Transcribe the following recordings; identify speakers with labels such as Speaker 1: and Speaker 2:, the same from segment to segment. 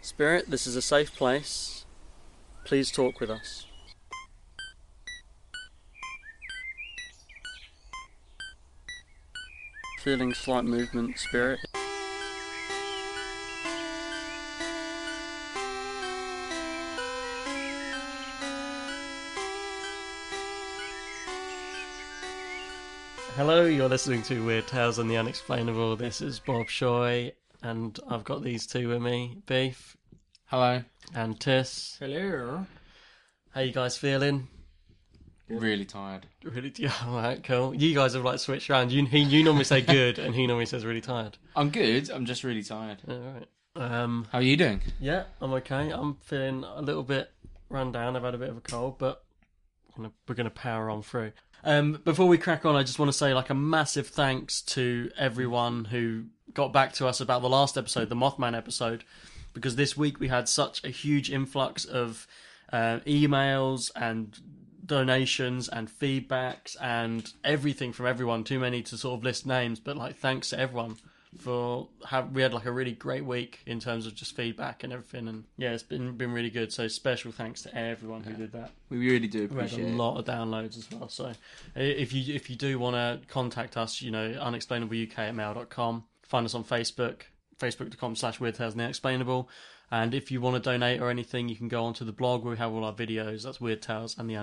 Speaker 1: Spirit, this is a safe place. Please talk with us. Feeling slight movement, Spirit. Hello, you're listening to Weird Tales and the Unexplainable. This is Bob Shoy, and I've got these two with me, Beef
Speaker 2: Hello.
Speaker 1: and Tiss.
Speaker 2: Hello.
Speaker 1: How you guys feeling?
Speaker 2: Really tired.
Speaker 1: Really? Yeah, all right, cool. You guys have like switched around. You he, you normally say good, and he normally says really tired.
Speaker 2: I'm good. I'm just really tired.
Speaker 1: All right. Um,
Speaker 2: How are you doing?
Speaker 1: yeah, I'm okay. I'm feeling a little bit run down. I've had a bit of a cold, but we're gonna, we're gonna power on through. Um, before we crack on, I just want to say like a massive thanks to everyone who got back to us about the last episode, the Mothman episode, because this week we had such a huge influx of uh, emails and donations and feedbacks and everything from everyone. Too many to sort of list names, but like thanks to everyone for have we had like a really great week in terms of just feedback and everything. And yeah, it's been been really good. So special thanks to everyone who did that.
Speaker 2: We really do
Speaker 1: We had a
Speaker 2: appreciate it.
Speaker 1: lot of downloads as well. So i- if you if you do want to contact us, you know, unexplainableuk at mail.com. Find us on Facebook, facebook.com slash weird tales and the unexplainable. And if you want to donate or anything, you can go onto the blog. We have all our videos. That's weird tales and the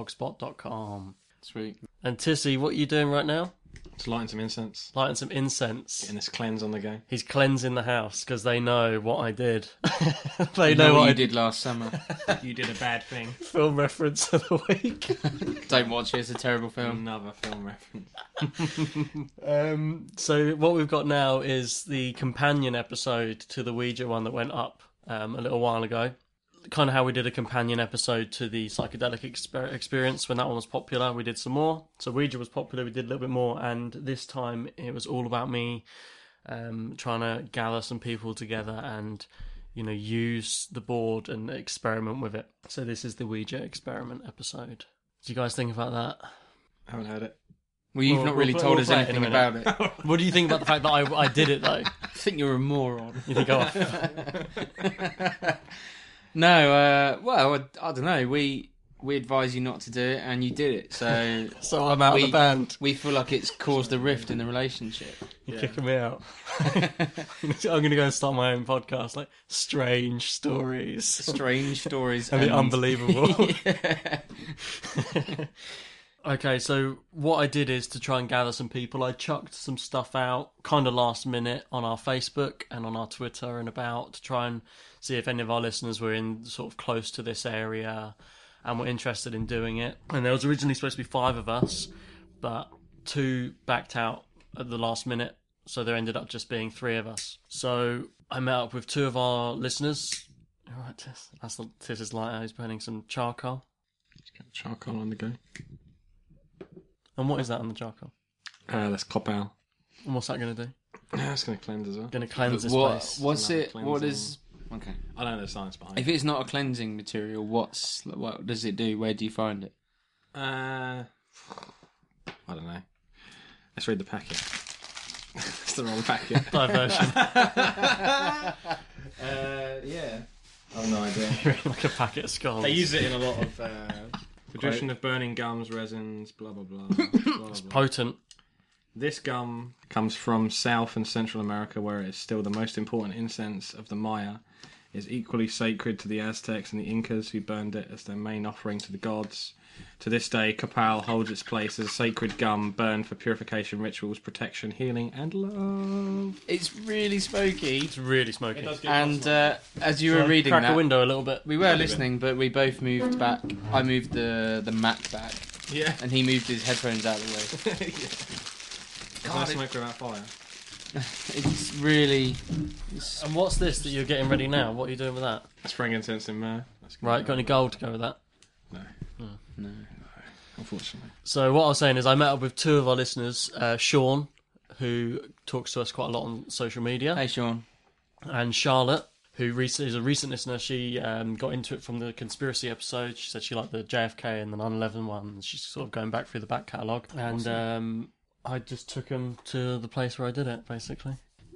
Speaker 1: unexplainable.blogspot.com.
Speaker 2: Sweet.
Speaker 1: And Tissy, what are you doing right now?
Speaker 3: It's lighting some incense.
Speaker 1: Lighting some incense.
Speaker 3: Getting this cleanse on the go.
Speaker 1: He's cleansing the house because they know what I did. they
Speaker 2: You
Speaker 1: know,
Speaker 2: know what
Speaker 1: I
Speaker 2: you did last summer.
Speaker 3: You did a bad thing.
Speaker 1: Film reference of the week.
Speaker 2: Don't watch it. It's a terrible film.
Speaker 3: Another film reference.
Speaker 1: Um, so what we've got now is the companion episode to the Ouija one that went up um, a little while ago. Kind of how we did a companion episode to the psychedelic exper- experience when that one was popular. We did some more. So Ouija was popular. We did a little bit more, and this time it was all about me um, trying to gather some people together and you know use the board and experiment with it. So this is the Ouija experiment episode. Do you guys think about that?
Speaker 3: I haven't heard it.
Speaker 2: Well, you've
Speaker 1: We'll-
Speaker 2: not really
Speaker 1: we'll-
Speaker 2: told
Speaker 1: we'll
Speaker 2: us
Speaker 1: play it in a
Speaker 2: anything about
Speaker 1: minute.
Speaker 2: it. I
Speaker 1: What do you think about the fact that I, I did it though?
Speaker 2: think you're a moron.
Speaker 1: You think oh,
Speaker 2: No. Uh, well, I, I don't know. We we advise you not to do it, and you did it. So
Speaker 1: So I'm out
Speaker 2: we
Speaker 1: of the band.
Speaker 2: we feel like it's caused a rift in the relationship.
Speaker 1: You're kicking me out. I'm going to go and start my own podcast, like strange stories.
Speaker 2: Strange stories.
Speaker 1: That'd be
Speaker 2: and-
Speaker 1: unbelievable.
Speaker 2: Yeah.
Speaker 1: okay, so what I did is to try and gather some people. I chucked some stuff out kind of last minute on our Facebook and on our Twitter and about to try and see if any of our listeners were in sort of close to this area and were interested in doing it. And there was originally supposed to be five of us, but two backed out at the last minute, so there ended up just being three of us. So I met up with two of our listeners. All right, Tiss. That's the Tiss's lighter. He's burning some charcoal.
Speaker 3: Charcoal on the go.
Speaker 1: And what is that on the charcoal?
Speaker 3: Ah, that's cop out.
Speaker 1: And what's that going to do?
Speaker 3: That's going to cleanse as well.
Speaker 1: Going to cleanse this
Speaker 2: what?
Speaker 1: place.
Speaker 2: What's
Speaker 3: Another
Speaker 2: it? What
Speaker 3: cleansing.
Speaker 2: is? Okay.
Speaker 3: I don't know the science behind
Speaker 2: If it's not a cleansing material, what's what does it do? Where do you find it?
Speaker 3: Uh, I don't know. Let's read the packet. it's the wrong packet.
Speaker 1: Diversion.
Speaker 2: Uh, yeah. I've no idea.
Speaker 1: like a packet of scones.
Speaker 3: They use it in a lot of. Uh, Tradition of burning gums, resins, blah blah blah. blah, blah.
Speaker 1: Potent.
Speaker 3: This gum comes from South and Central America, where it is still the most important incense of the Maya. It is equally sacred to the Aztecs and the Incas, who burned it as their main offering to the gods. To this day, copal holds its place as a sacred gum burned for purification rituals, protection, healing, and love.
Speaker 2: It's really smoky.
Speaker 1: It's really smoky.
Speaker 2: And uh, as you were reading
Speaker 1: Crack
Speaker 2: that,
Speaker 1: a window a little bit.
Speaker 2: we were listening, but we both moved back. I moved the the Mac back,
Speaker 3: Yeah.
Speaker 2: and he moved his headphones out of the way.
Speaker 3: God, I smoke without fire.
Speaker 2: It's really.
Speaker 1: And what's this that you're getting ready now? What are you doing with that?
Speaker 3: Spring incense in there. That's good.
Speaker 1: Right, got any gold to go with that?
Speaker 3: No. No. Unfortunately.
Speaker 1: So what I was saying is I met up with two of our listeners, uh, Sean, who talks to us quite a lot on social media,
Speaker 2: Hey, Sean.
Speaker 1: and Charlotte, who rec- is a recent listener. She um, got into it from the conspiracy episode. She said she liked the JFK and the 9/11 one. She's sort of going back through the back catalogue, and um, I just took them to the place where I did it, basically.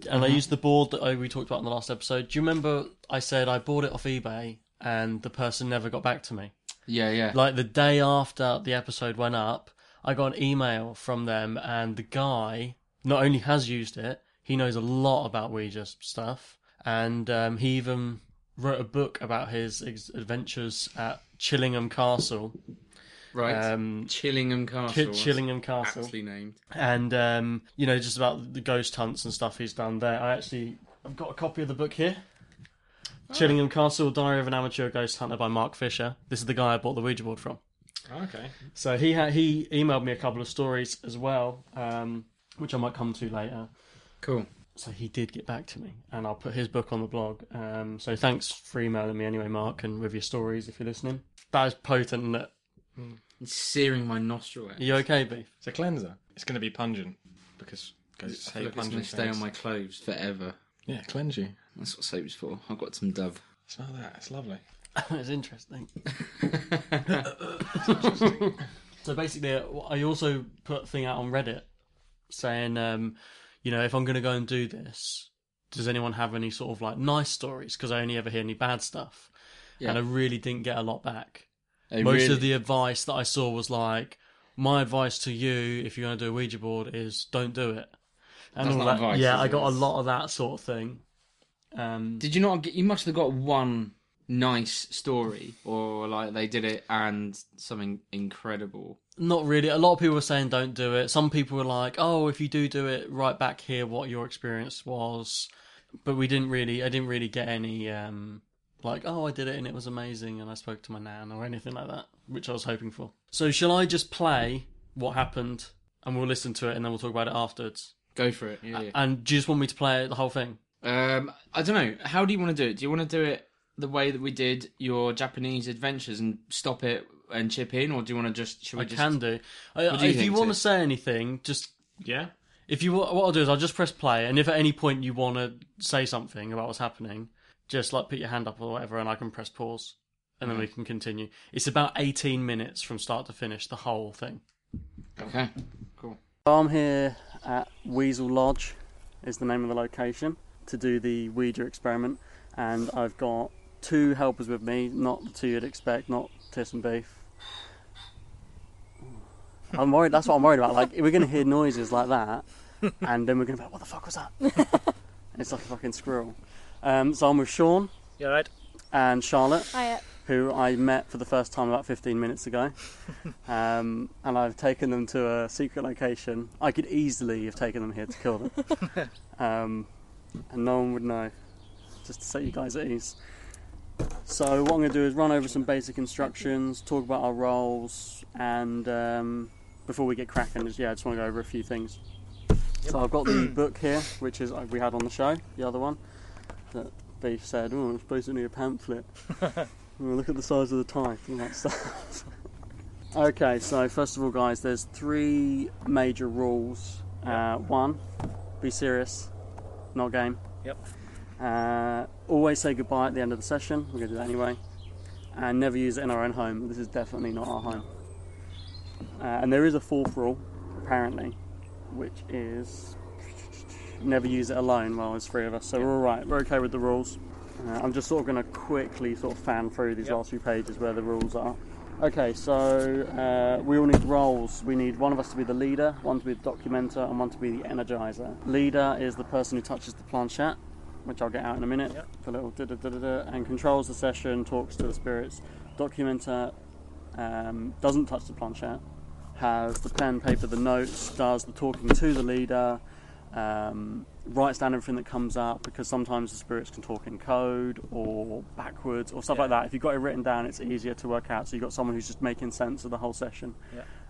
Speaker 1: And I used the board that I, we talked about in the last episode. Do you remember I said I bought it off eBay and the person never got back to me?
Speaker 2: Yeah, yeah.
Speaker 1: like the day after the episode went up, I got an email from them, and the guy not only has used it, he knows a lot about Ouija stuff, and um, he even wrote a book about his ex- adventures at Chillingham Castle,
Speaker 2: right.
Speaker 1: um,
Speaker 2: Chillingham Castle.
Speaker 1: Ki- Chillingham Castle,
Speaker 2: Aptly named.
Speaker 1: and um, you know just about the ghost hunts and stuff he's done there. I actually I've got a copy of the book here.
Speaker 2: Ah.
Speaker 1: Chillingham Castle: Diary of an Amateur Ghost Hunter by Mark Fisher. This is the guy I bought the Ouija board from.
Speaker 3: Okay.
Speaker 1: So he ha- he emailed me a couple of stories as well, um, which I might come to later.
Speaker 2: Cool.
Speaker 1: So he did get back to me, and I'll put his book on the blog. Um, so thanks for emailing me anyway, Mark, and with your stories if you're listening. That is potent. Isn't it?
Speaker 2: It's searing my nostril. out.
Speaker 1: Are you okay, Beef?
Speaker 3: It's a cleanser. It's going to be pungent because ghosts
Speaker 2: I feel
Speaker 3: hate
Speaker 2: like it's going
Speaker 3: pungent
Speaker 2: to stay
Speaker 3: things.
Speaker 2: on my clothes forever.
Speaker 3: Yeah, cleanse you.
Speaker 2: That's what soap's for. I've got some Dove.
Speaker 3: Smell that. It's lovely.
Speaker 1: it's interesting. so basically, uh, I also put a thing out on Reddit saying, um, you know, if I'm going to go and do this, does anyone have any sort of like nice stories? Because I only ever hear any bad stuff.
Speaker 2: Yeah.
Speaker 1: And I really didn't get a lot back.
Speaker 2: Oh,
Speaker 1: Most
Speaker 2: really?
Speaker 1: of the advice that I saw was like, my advice to you, if you're going to do a Ouija board, is don't do it. And
Speaker 2: That's not
Speaker 1: all that.
Speaker 2: advice,
Speaker 1: yeah,
Speaker 2: is
Speaker 1: I
Speaker 2: it?
Speaker 1: got a lot of that sort of thing. Um,
Speaker 2: Did you not get? You must have got one nice story, or like they did it and something incredible.
Speaker 1: Not really. A lot of people were saying don't do it. Some people were like, "Oh, if you do do it, write back here what your experience was." But we didn't really. I didn't really get any um like, "Oh, I did it and it was amazing," and I spoke to my nan or anything like that, which I was hoping for. So shall I just play what happened and we'll listen to it and then we'll talk about it afterwards?
Speaker 2: Go for it. Yeah.
Speaker 1: And do you just want me to play the whole thing?
Speaker 2: Um, I don't know. How do you want to do it? Do you want to do it the way that we did your Japanese adventures and stop it and chip in, or do you want to just? Should we
Speaker 1: I
Speaker 2: just?
Speaker 1: can do. I,
Speaker 2: What do you
Speaker 1: if you
Speaker 2: think,
Speaker 1: want to
Speaker 2: Sid?
Speaker 1: say anything, just
Speaker 3: Yeah.
Speaker 1: If you what I'll do is I'll just press play, and if at any point you want to say something about what's happening, just like put your hand up or whatever, and I can press pause, and
Speaker 2: Mm-hmm.
Speaker 1: then we can continue. It's about eighteen minutes from start to finish, the whole thing.
Speaker 2: Okay. Cool.
Speaker 1: I'm here at Weasel Lodge, is the name of the location, to do the Ouija experiment, and I've got two helpers with me, not the two you'd expect, not Tiss and Beef. I'm worried. That's what I'm worried about. Like we're gonna hear noises like that, and then we're gonna be like, "What the fuck was that?" And it's like a fucking squirrel. Um, so I'm with Sean
Speaker 4: You alright?
Speaker 1: and Charlotte,
Speaker 5: I,
Speaker 1: who I met for the first time about 15 minutes ago. Um, and I've taken them to a secret location. I could easily have taken them here to kill them. um, and no one would know, just to set you guys at ease. So, what I'm going to do is run over some basic instructions, talk about our roles, and um, before we get cracking, is- yeah, I just want to go over a few things. So, I've got the book here, which is uh, we had on the show, the other one, that Beef said, oh, it's basically a pamphlet. Oh, Look at the size of the type and that stuff. okay, so first of all, guys, there's three major rules. Uh, one, be serious, not game.
Speaker 4: Yep.
Speaker 1: Uh, always say goodbye at the end of the session. We're gonna do that anyway. And never use it in our own home. This is definitely not our home. Uh, and there is a fourth rule, apparently, which is never use it alone while there's three of us. So we're all right. We're okay with the rules. Uh, I'm just sort of going to quickly sort of fan through these last few pages where the rules are. Okay, so uh, we all need roles. We need one of us to be the leader, one to be the documenter, and one to be the energizer. Leader is the person who touches the planchette, which I'll get out in a minute. For a little da da da da da, and controls the session, talks to the spirits. Documenter um, doesn't touch the planchette, has the pen, paper, the notes, does the talking to the leader, um, writes down everything that comes up because sometimes the spirits can talk in code or backwards or stuff like that. If you've got it written down, it's easier to work out. So you've got someone who's just making sense of the whole session.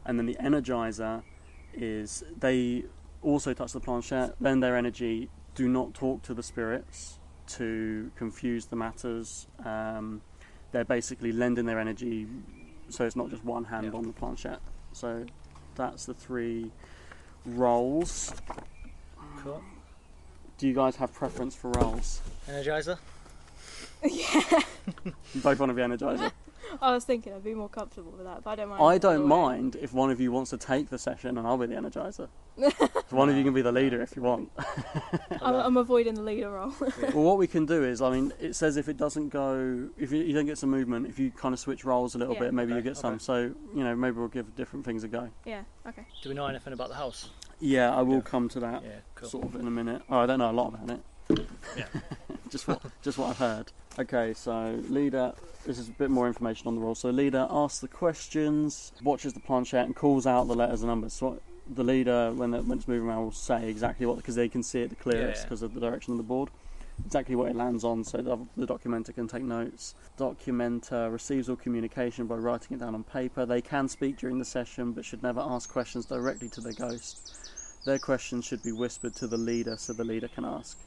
Speaker 1: And then the energizer is they also touch the planchette, lend their energy, do not talk to the spirits to confuse the matters. Um, they're basically lending their energy so it's not just one hand on the planchette. So that's the three roles.
Speaker 5: Cool.
Speaker 1: Do you guys have preference for roles?
Speaker 5: Energizer.
Speaker 1: You both want to be energizer.
Speaker 6: I was thinking I'd be more comfortable with that, but I don't mind.
Speaker 1: I don't mind if one of you wants to take the session and I'll be the energizer. So one of you can be the leader if you want.
Speaker 6: I'm, I'm avoiding the leader role.
Speaker 1: well, what we can do is, I mean, it says if it doesn't go, if you, you don't get some movement, if you kind of switch roles a little
Speaker 6: Yeah.
Speaker 1: bit, maybe you
Speaker 5: Okay,
Speaker 1: get some.
Speaker 5: okay.
Speaker 1: So, you know, maybe we'll give different things a go.
Speaker 6: yeah. Okay.
Speaker 5: Do we know anything about the house?
Speaker 1: Yeah, I will come to that.
Speaker 5: Yeah, cool.
Speaker 1: sort of in a minute. Oh, I don't know a lot about it. just what just what I've heard. Okay, so leader. This is a bit more information on the role. So leader asks the questions, watches the planchette, and calls out the letters and numbers. So the leader, when it- when it's moving around, will say exactly what because they can see it the clearest
Speaker 5: yeah.
Speaker 1: because of the direction of the board. Exactly what it lands on, so the, the documenter can take notes. Documenter receives all communication by writing it down on paper. They can speak during the session, but should never ask questions directly to their ghost. Their questions should be whispered to the leader so the leader can ask.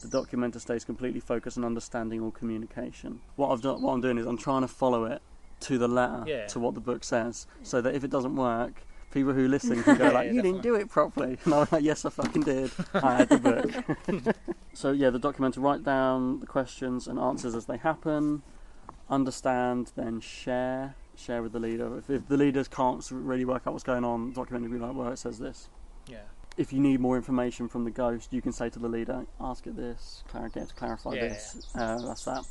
Speaker 1: The documenter stays completely focused on understanding all communication. What I've done, what I'm doing is I'm trying to follow it to the letter
Speaker 5: Yeah.
Speaker 1: to what the book says, so that if it doesn't work, people who listen can go
Speaker 5: Yeah,
Speaker 1: like,
Speaker 5: yeah,
Speaker 1: "You didn't do it properly," and I'm like, "Yes, I fucking did. I had the book." so yeah, the documenter write down the questions and answers as they happen, understand, then share. Share with the leader. If, if the leaders can't really work out what's going on, the documenter will be like, "Well, it says this."
Speaker 5: Yeah.
Speaker 1: if you need more information from the ghost, you can say to the leader, ask it this, clar- get it to clarify
Speaker 5: Yeah.
Speaker 1: this, uh, that's that.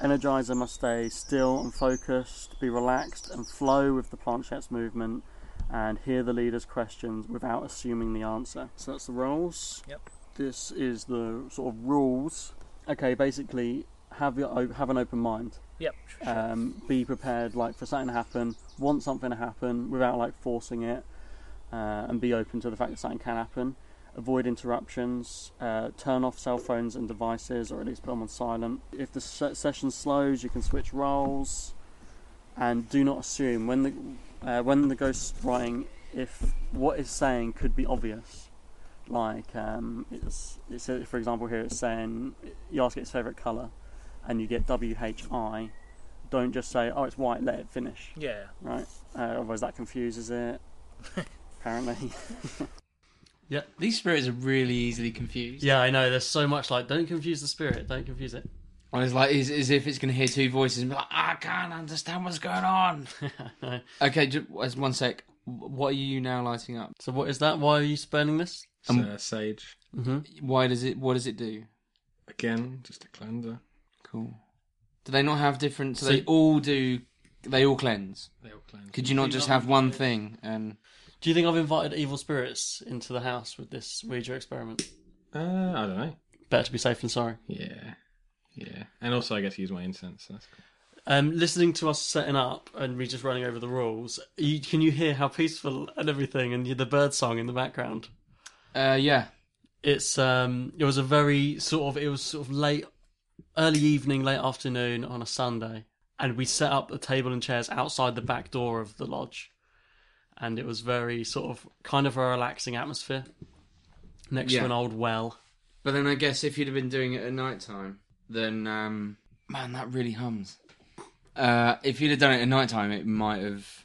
Speaker 1: Energizer must stay still and focused, be relaxed and flow with the planchette's movement, and hear the leader's questions without assuming the answer. So that's the roles.
Speaker 5: Yep.
Speaker 1: This is the sort of rules. Okay, basically, have your o- have an open mind
Speaker 5: Yep.
Speaker 1: um, be prepared like for something to happen want something to happen without like forcing it uh, and be open to the fact that something can happen avoid interruptions uh, turn off cell phones and devices or at least put them on silent if the se- session slows you can switch roles and do not assume when the uh, when the ghost writing if what it's saying could be obvious like um, it's, it's for example here it's saying you ask it its favorite color and you get WHI don't just say, "Oh, it's white. Let it finish."
Speaker 5: Yeah.
Speaker 1: Right? Uh, otherwise, that confuses it. Apparently,
Speaker 2: These spirits are really easily confused.
Speaker 4: Yeah, I know. There's so much like, don't confuse the spirit, don't confuse it.
Speaker 2: And it's like it's as if it's going to hear two voices and be like, I can't understand what's going on.
Speaker 4: No.
Speaker 2: okay, just one sec. What are you now lighting up?
Speaker 4: So what is that? Why are you spurning this?
Speaker 3: So,
Speaker 2: Um,
Speaker 3: uh, sage.
Speaker 2: Why does it? What does it do?
Speaker 3: Again, just a cleanser.
Speaker 2: Cool. Do they not have different? So,
Speaker 4: So-
Speaker 2: they all do. They all cleanse.
Speaker 3: They all cleanse.
Speaker 2: Could you not just have one thing? And
Speaker 4: Do you think I've invited evil spirits into the house with this Ouija experiment?
Speaker 3: Uh, I don't know.
Speaker 4: Better to be safe than sorry.
Speaker 3: Yeah. Yeah. And also, I get to use my incense. So that's cool.
Speaker 4: Um, listening to us setting up and me just running over the rules, you, can you hear how peaceful and everything and the bird song in the background?
Speaker 2: uh, yeah,
Speaker 4: it's um it was a very sort of it was sort of late early evening late afternoon on a sunday and we set up the table and chairs outside the back door of the lodge and it was very sort of kind of a relaxing atmosphere next
Speaker 2: Yeah.
Speaker 4: to an old well
Speaker 2: but then I guess if you'd have been doing it at night time, then um, man, that really hums. Uh, if you'd have done it at night time, it might have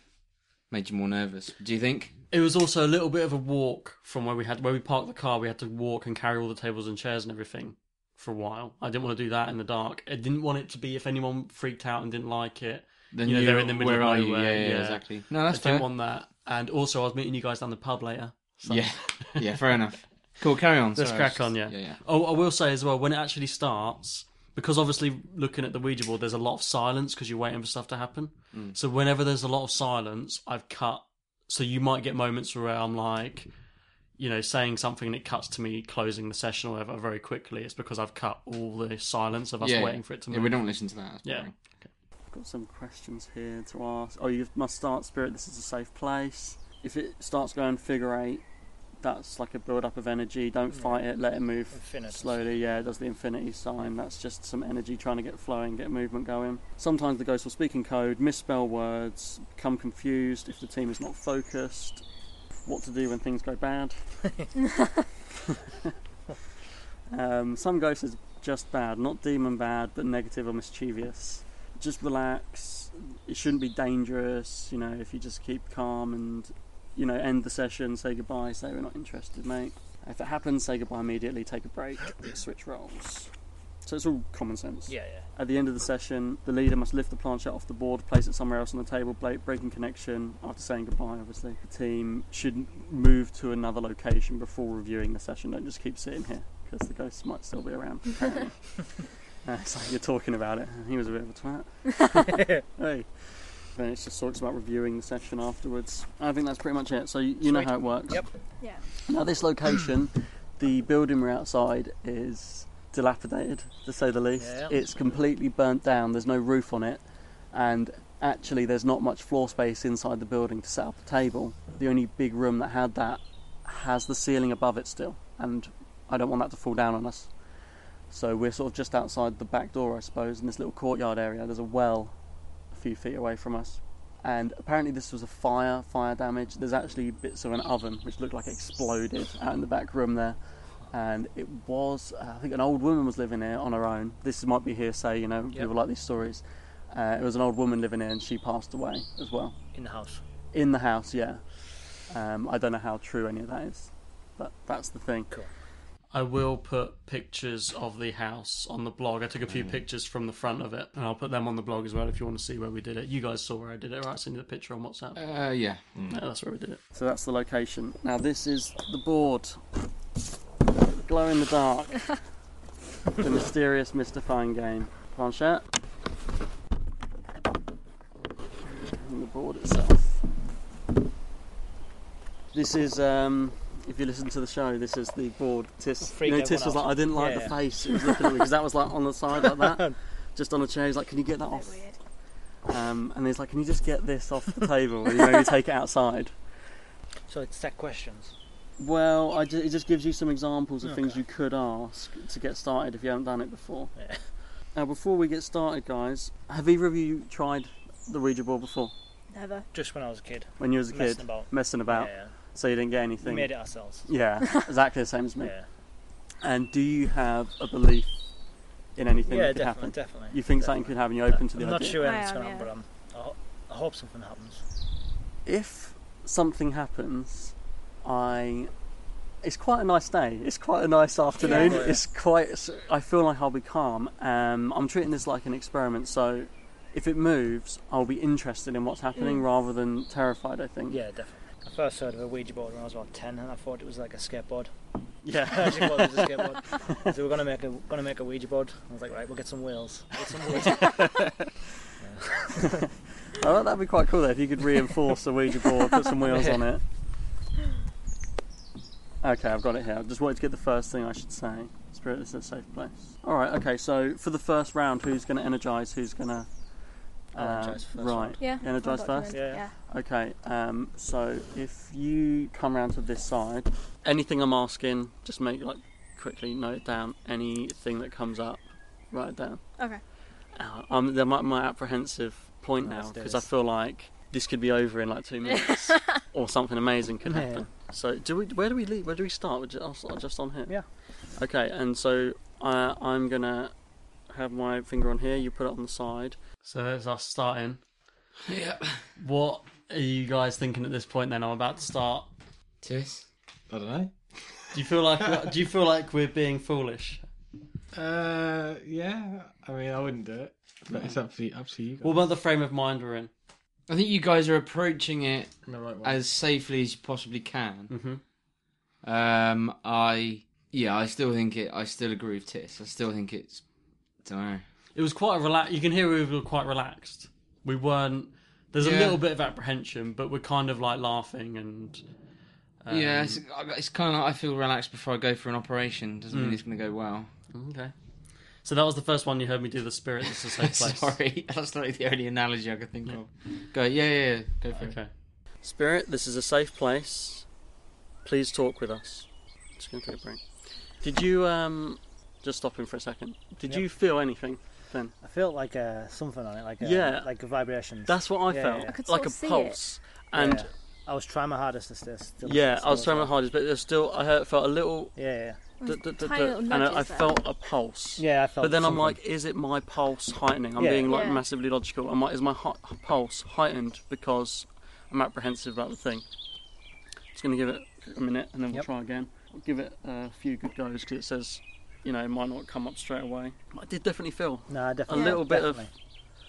Speaker 2: made you more nervous. Do you think?
Speaker 4: it was also a little bit of a walk from where we had where we parked the car we had to walk and carry all the tables and chairs and everything for a while i didn't want to do that in the dark i didn't want it to be if anyone freaked out and didn't like it
Speaker 2: Then
Speaker 4: You know, they're in the middle
Speaker 2: where
Speaker 4: of
Speaker 2: are you?
Speaker 4: nowhere,
Speaker 2: Yeah, yeah,
Speaker 4: yeah.
Speaker 2: exactly. No, that's
Speaker 4: I didn't
Speaker 2: fair.
Speaker 4: want that.
Speaker 2: And also, I was meeting you guys down the pub later. So
Speaker 7: Yeah, yeah, fair enough. Cool, carry on.
Speaker 2: Let's
Speaker 7: Sorry, I was
Speaker 2: crack on, yeah.
Speaker 7: just- Yeah, yeah.
Speaker 2: Oh, I will say as well, when it actually starts, because obviously looking at the Ouija board, there's a lot of silence because you're waiting for stuff to happen.
Speaker 7: Mm.
Speaker 2: So whenever there's a lot of silence, I've cut. So you might get moments where I'm like, you know, saying something and it cuts to me closing the session or whatever very quickly. It's because I've cut all the silence of us
Speaker 7: yeah,
Speaker 2: waiting for it to
Speaker 7: Yeah, we
Speaker 2: move.
Speaker 7: don't listen to that. That's
Speaker 2: Yeah.
Speaker 7: boring.
Speaker 1: Got some questions here to ask. Oh, you must start spirit. This is a safe place. If it starts going figure eight, that's like a build up of energy. Don't
Speaker 5: Mm.
Speaker 1: fight it. Let it move
Speaker 5: Infinity.
Speaker 1: slowly. uh, Yeah, it does the infinity sign. That's just some energy trying to get flowing, get movement going. Sometimes the ghost will speak in code, misspell words, become confused if the team is not focused. What to do when things go bad. um, some ghosts is just bad, not demon bad, but negative or mischievous just relax. It shouldn't be dangerous, you know, if you just keep calm and, you know, end the session, say goodbye, say we're not interested, mate. If it happens, say goodbye immediately, take a break, switch roles. So it's all common sense.
Speaker 5: Yeah, yeah.
Speaker 1: At the end of the session, the leader must lift the planchette off the board, place it somewhere else on the table, bla- breaking connection after saying goodbye, obviously. The team should move to another location before reviewing the session. Don't just keep sitting here, because the ghosts might still be around. apparently. uh, it's like you're talking about it. He was a bit of a twat. hey. Then it just talks about reviewing the session afterwards. I think that's pretty much it. So you, you know
Speaker 5: Sweet.
Speaker 1: how it works.
Speaker 5: Yep.
Speaker 4: Yeah.
Speaker 1: Now, this location, the building we're outside is dilapidated, to say the least.
Speaker 5: Yeah.
Speaker 1: It's completely burnt down, there's no roof on it, and actually, there's not much floor space inside the building to set up a table. The only big room that had that has the ceiling above it still, and I don't want that to fall down on us. So, we're sort of just outside the back door, I suppose, in this little courtyard area. There's a well a few feet away from us. And apparently, this was a fire, fire damage. There's actually bits of an oven which looked like it exploded out in the back room there. And it was, uh, I think, an old woman was living here on her own. This might be hearsay, you know, people like these stories. Uh, it was an old woman living here and she passed away as well.
Speaker 5: In the house.
Speaker 1: In the house, yeah. Um, I don't know how true any of that is, but that's the thing.
Speaker 2: I will put pictures of the house on the blog. I took a few pictures from the front of it, and I'll put them on the blog as well if you want to see where we did it. You guys saw where I did it, right? I sent you the picture on WhatsApp.
Speaker 7: Uh, yeah.
Speaker 2: yeah, Oh, that's where we did it.
Speaker 1: So that's the location. Now, this is the board. Glow in the dark. the mysterious, mystifying game. Planchette. And the board itself. This is, um, if you listen to the show, this is the board. Tis,
Speaker 5: Freak
Speaker 1: you know,
Speaker 5: everyone
Speaker 1: Tis was
Speaker 5: out.
Speaker 1: like, I didn't like
Speaker 5: Yeah.
Speaker 1: the face. It was looking at me because that was like on the side like that. Just on a chair, he's like, "Can you get that
Speaker 4: That's
Speaker 1: off?"
Speaker 4: weird.
Speaker 1: Um, and he's like, "Can you just get this off the table and you maybe take it outside?"
Speaker 5: So it's set questions.
Speaker 1: Well, I ju- it just gives you some examples of things
Speaker 5: Okay.
Speaker 1: you could ask to get started if you haven't done it before.
Speaker 5: Yeah.
Speaker 1: Now, before we get started, guys, have either of you tried the Ouija board before
Speaker 4: Never.
Speaker 5: Just when I was a kid.
Speaker 1: when you was a
Speaker 5: Messing
Speaker 1: kid?
Speaker 5: about.
Speaker 1: Messing about,
Speaker 5: Yeah,
Speaker 1: so you didn't get
Speaker 5: we
Speaker 1: anything.
Speaker 5: made it ourselves.
Speaker 1: Yeah, exactly the same as me.
Speaker 5: Yeah,
Speaker 1: And do you have a belief in anything
Speaker 5: yeah,
Speaker 1: that could
Speaker 5: definitely,
Speaker 1: happen?
Speaker 5: definitely.
Speaker 1: You think something
Speaker 5: definitely.
Speaker 1: could happen? You're open to the
Speaker 5: I'm
Speaker 1: idea?
Speaker 5: not sure when
Speaker 4: I
Speaker 5: it's
Speaker 4: am,
Speaker 5: going to happen,
Speaker 4: yeah.
Speaker 5: but I'm, I, ho- I hope something happens.
Speaker 1: if something happens, I. It's quite a nice day. It's quite a nice afternoon.
Speaker 5: Yeah.
Speaker 1: It's quite. it's- I feel like I'll be calm. Um, I'm treating this like an experiment, so if it moves, I'll be interested in what's
Speaker 2: Mm.
Speaker 1: happening rather than terrified. I think.
Speaker 5: Yeah, definitely. I first heard of a Ouija board when I was about ten, and I thought it was like a skateboard.
Speaker 1: Yeah.
Speaker 5: I just thought it was a skateboard. so we're gonna make a gonna make a Ouija board. I was like, right, we'll get some wheels. Get some wheels.
Speaker 1: I thought that'd be quite cool though if you could reinforce the Ouija board, put some wheels on it. Okay, I've got it here. I just wanted to get the first thing I should say. Spirit is a safe place. All right. Okay. So for the first round, who's going to energize? Who's going to?
Speaker 5: I'll energise first
Speaker 1: Uh, right.
Speaker 5: round.
Speaker 4: Yeah.
Speaker 1: You energize
Speaker 4: I've got
Speaker 1: first.
Speaker 4: you then.
Speaker 5: Yeah.
Speaker 1: Okay. Um, so if you come round to this side, anything I'm asking, just make like quickly note it down. Anything that comes up, write it down.
Speaker 4: Yeah. Okay.
Speaker 1: Uh, I'm they're my, my apprehensive point
Speaker 5: Let's
Speaker 1: now
Speaker 5: do
Speaker 1: because I
Speaker 5: this.
Speaker 1: feel like this could be over in like two minutes or something amazing could
Speaker 5: Yeah.
Speaker 1: happen. So do we? Where do we leave? Where do we start? We're ju- I'll start just on here.
Speaker 5: Yeah.
Speaker 1: Okay, and so I, I'm gonna have my finger on here. You put it on the side.
Speaker 2: So there's us starting.
Speaker 7: Yeah.
Speaker 2: What are you guys thinking at this point? Then I'm about to start.
Speaker 7: Tis.
Speaker 3: I don't know.
Speaker 2: Do you feel like do you feel like we're being foolish?
Speaker 3: Uh, yeah. I mean, I wouldn't do it, but it's up to up to you. Guys.
Speaker 2: What about the frame of mind we're in? I think you guys are approaching it
Speaker 1: in the right way.
Speaker 2: as safely as you possibly can.
Speaker 1: Mhm.
Speaker 2: Um, I yeah, I still think it. I still agree with Tis. I still think it's. Don't know.
Speaker 1: It was quite a relax. You can hear we were quite relaxed. We weren't. There's a
Speaker 2: Yeah.
Speaker 1: little bit of apprehension, but we're kind of like laughing and. um,
Speaker 2: yeah, it's, it's kind of. I feel relaxed before I go for an operation. Doesn't
Speaker 1: Mm.
Speaker 2: mean it's going to go well.
Speaker 1: Okay. So that was the first one you heard me do the spirit. This is a safe place.
Speaker 2: Sorry, that's not the only analogy I could think of. Go, yeah, yeah, yeah, go for it.
Speaker 1: Okay.
Speaker 4: Spirit, this is a safe place. Please talk with us. Just going to take a break. Did you um, just stop him for a second? Did
Speaker 5: Yep.
Speaker 4: you feel anything?
Speaker 5: I felt like uh, something on it, like a,
Speaker 4: Yeah.
Speaker 5: like a vibration.
Speaker 4: That's what I
Speaker 5: Yeah,
Speaker 4: felt.
Speaker 5: yeah. I
Speaker 6: could sort
Speaker 4: like a
Speaker 6: of see it.
Speaker 4: pulse. And
Speaker 5: I was trying my hardest to stay still.
Speaker 4: yeah, I was
Speaker 5: still
Speaker 4: trying my
Speaker 5: as well.
Speaker 4: hardest, but there's still I heard, felt a little,
Speaker 5: Yeah, yeah,
Speaker 6: Tiny
Speaker 4: d- d- d- d-
Speaker 6: little
Speaker 4: and
Speaker 6: nudges
Speaker 4: I, I
Speaker 6: there.
Speaker 4: felt a pulse.
Speaker 5: yeah. I felt.
Speaker 4: But then I'm
Speaker 5: something.
Speaker 4: like, is it my pulse heightening? I'm
Speaker 5: Yeah.
Speaker 4: being like
Speaker 6: Yeah.
Speaker 4: massively logical. I'm like, is my hu- pulse heightened because I'm apprehensive about the thing? Just gonna give it a minute and then we'll
Speaker 5: Yep.
Speaker 4: try again. I'll give it a few good goes because it says, you know, it might not come up straight away. I did definitely feel
Speaker 5: no, I
Speaker 4: a
Speaker 5: definitely
Speaker 4: little bit of
Speaker 5: definitely.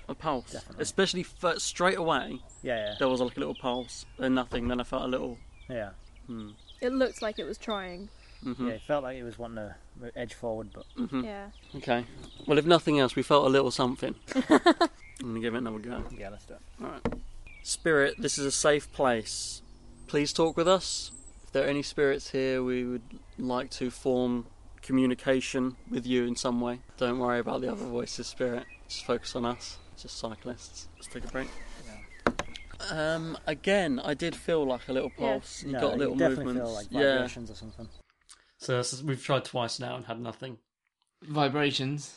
Speaker 4: a pulse,
Speaker 5: Definitely.
Speaker 4: especially fir- straight away.
Speaker 5: Yeah,
Speaker 4: There was like a little pulse, then nothing, then I felt a little.
Speaker 5: yeah, yeah.
Speaker 6: It looked like it was trying.
Speaker 4: hmm
Speaker 5: Yeah, it felt like it was wanting to mo- edge forward, but
Speaker 4: hmm
Speaker 6: Yeah.
Speaker 4: Okay. Well, if nothing else, we felt a little something. I'm gonna give it another go.
Speaker 5: yeah, let's do it.
Speaker 4: Spirit, this is a safe place. Please talk with us. If there are any spirits here, we would like to form communication with you in some way. Don't worry about the other voices, Spirit. Just focus on us. Just cyclists. Let's take a break. Um, again, I did feel like a little
Speaker 6: Yeah.
Speaker 4: pulse. You
Speaker 5: no,
Speaker 4: got little
Speaker 5: you definitely
Speaker 4: movements.
Speaker 5: feel like
Speaker 4: yeah.
Speaker 5: vibrations or something.
Speaker 1: So this is, we've tried twice now and had nothing.
Speaker 2: Vibrations.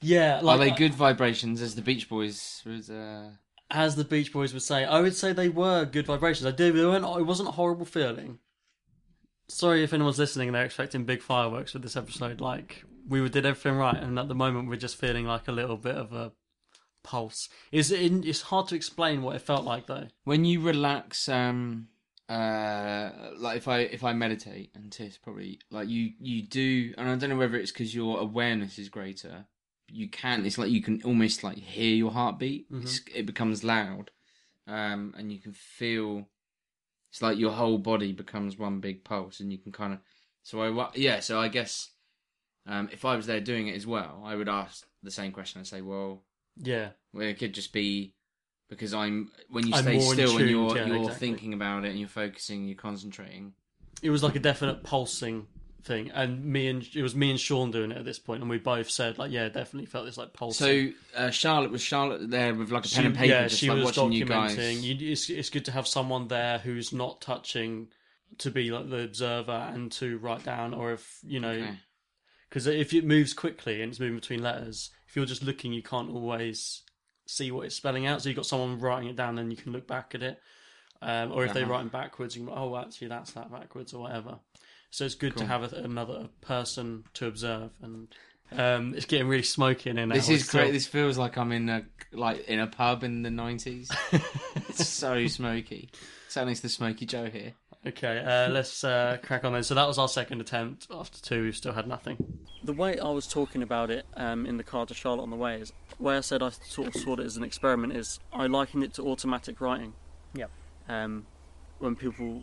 Speaker 1: Yeah.
Speaker 2: Are
Speaker 1: Like
Speaker 2: they good vibrations? As the Beach Boys was. Uh...
Speaker 1: As the Beach Boys would say, I would say they were good vibrations. I did. They weren't. It wasn't a horrible feeling. Sorry if anyone's listening and they're expecting big fireworks with this episode. Like we did everything right, and at the moment we're just feeling like a little bit of a pulse. Is it? It's hard to explain what it felt like though.
Speaker 2: When you relax, um, uh, like if I if I meditate and tis probably like you you do, and I don't know whether it's because your awareness is greater. You can. It's like you can almost like hear your heartbeat. It's, it becomes loud, um, and you can feel. It's like your whole body becomes one big pulse, and you can kind of. So I wa- yeah. So I guess, um, if I was there doing it as well, I would ask the same question. I'd say, well,
Speaker 1: Yeah.
Speaker 2: well, it could just be because I'm when you
Speaker 1: I'm
Speaker 2: stay
Speaker 1: more in
Speaker 2: still
Speaker 1: tune,
Speaker 2: and you're
Speaker 1: yeah,
Speaker 2: you're
Speaker 1: exactly.
Speaker 2: thinking about it and you're focusing, you're concentrating.
Speaker 1: it was like a definite pulsing thing and me and it was me and sean doing it at this point and we both said like yeah definitely felt this like pulsing
Speaker 2: So uh, Charlotte was Charlotte there with like a
Speaker 1: She-
Speaker 2: pen and paper,
Speaker 1: yeah
Speaker 2: just
Speaker 1: she
Speaker 2: like
Speaker 1: was
Speaker 2: watching you guys.
Speaker 1: documenting You- it's, it's good to have someone there who's not touching to be like the observer and to write down or if you know
Speaker 2: Okay.
Speaker 1: because if it moves quickly and it's moving between letters if you're just looking you can't always see what it's spelling out so you've got someone writing it down then you can look back at it um, or if they
Speaker 2: Uh-huh.
Speaker 1: write it backwards you can oh actually that's that backwards or whatever So it's good
Speaker 2: Cool.
Speaker 1: to have a, another person to observe, and um, it's getting really smoky in here now.
Speaker 2: This is
Speaker 1: We're
Speaker 2: great. This feels like I'm in a like in a pub in the nineties.
Speaker 1: still-
Speaker 2: it's so smoky. Sounding to the Smoky Joe here.
Speaker 1: okay, uh, let's uh, crack on then. So that was our second attempt. After two, we've still had nothing.
Speaker 4: The way I was talking about it um, in the car to Charlotte on the way is where I said I sort of saw it as an experiment is I likened it to automatic writing.
Speaker 5: Yep.
Speaker 4: Um, when people,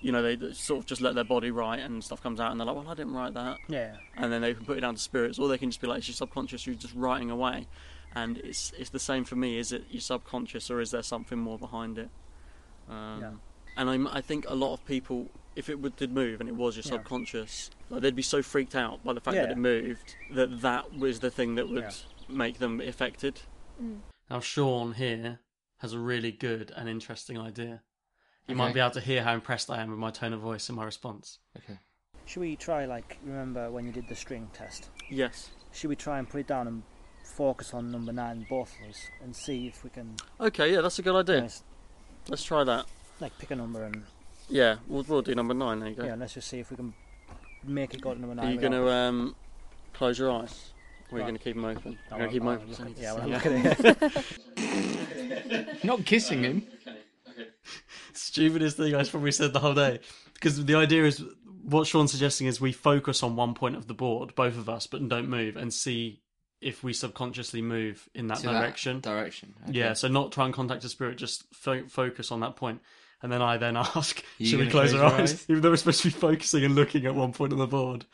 Speaker 4: you know, they d- sort of just let their body write and stuff comes out and they're like, well, I didn't write that.
Speaker 5: Yeah,
Speaker 4: And then they can put it down to spirits or they can just be like, it's your subconscious, you're just writing away. And it's, it's the same for me. Is it your subconscious or is there something more behind it? Um,
Speaker 5: yeah.
Speaker 4: and I'm, I think a lot of people, if it would, did move and it was your
Speaker 5: Yeah.
Speaker 4: subconscious, like they'd be so freaked out by the fact that
Speaker 5: Yeah.
Speaker 4: it moved that that was the thing that would
Speaker 5: Yeah. Mm.
Speaker 4: make them affected.
Speaker 1: Now Sean here has a really good and interesting idea. You might
Speaker 2: Okay.
Speaker 1: be able to hear how impressed I am with my tone of voice and my response.
Speaker 2: Okay.
Speaker 5: Should we try like remember when you did the string test?
Speaker 4: Yes.
Speaker 5: Should we try and put it down and focus on number nine, both of us, and see if we can
Speaker 4: Okay, yeah, that's a good
Speaker 5: you
Speaker 4: idea.
Speaker 5: know, s-
Speaker 4: Let's try that.
Speaker 5: like pick a number and
Speaker 4: Yeah, we'll, we'll do number nine. There you go.
Speaker 5: yeah, let's just see if we can make it go to number nine.
Speaker 4: Are you
Speaker 5: without-
Speaker 4: going to um, close your eyes? Or are you
Speaker 5: Right.
Speaker 4: going to keep them open?
Speaker 5: I
Speaker 4: I'm going to uh, keep them
Speaker 5: won't-
Speaker 4: open.
Speaker 5: I won't
Speaker 4: 'cause I
Speaker 5: look
Speaker 4: need
Speaker 5: at-
Speaker 4: to
Speaker 5: Yeah,
Speaker 4: see.
Speaker 5: Oh, well, look at it.
Speaker 2: Not kissing him.
Speaker 1: Stupidest thing I've probably said the whole day. Because the idea is what Sean's suggesting is we focus on one point of the board, both of us, but don't move and see if we subconsciously move in that
Speaker 2: To that
Speaker 1: direction.
Speaker 2: direction. okay.
Speaker 1: Yeah, so not try and contact a spirit, just fo- focus on that point. And then I then ask,
Speaker 2: You
Speaker 1: should we
Speaker 2: gonna
Speaker 1: close,
Speaker 2: close
Speaker 1: our
Speaker 2: your
Speaker 1: eyes?
Speaker 2: eyes?
Speaker 1: Even though we're supposed to be focusing and looking at one point on the board.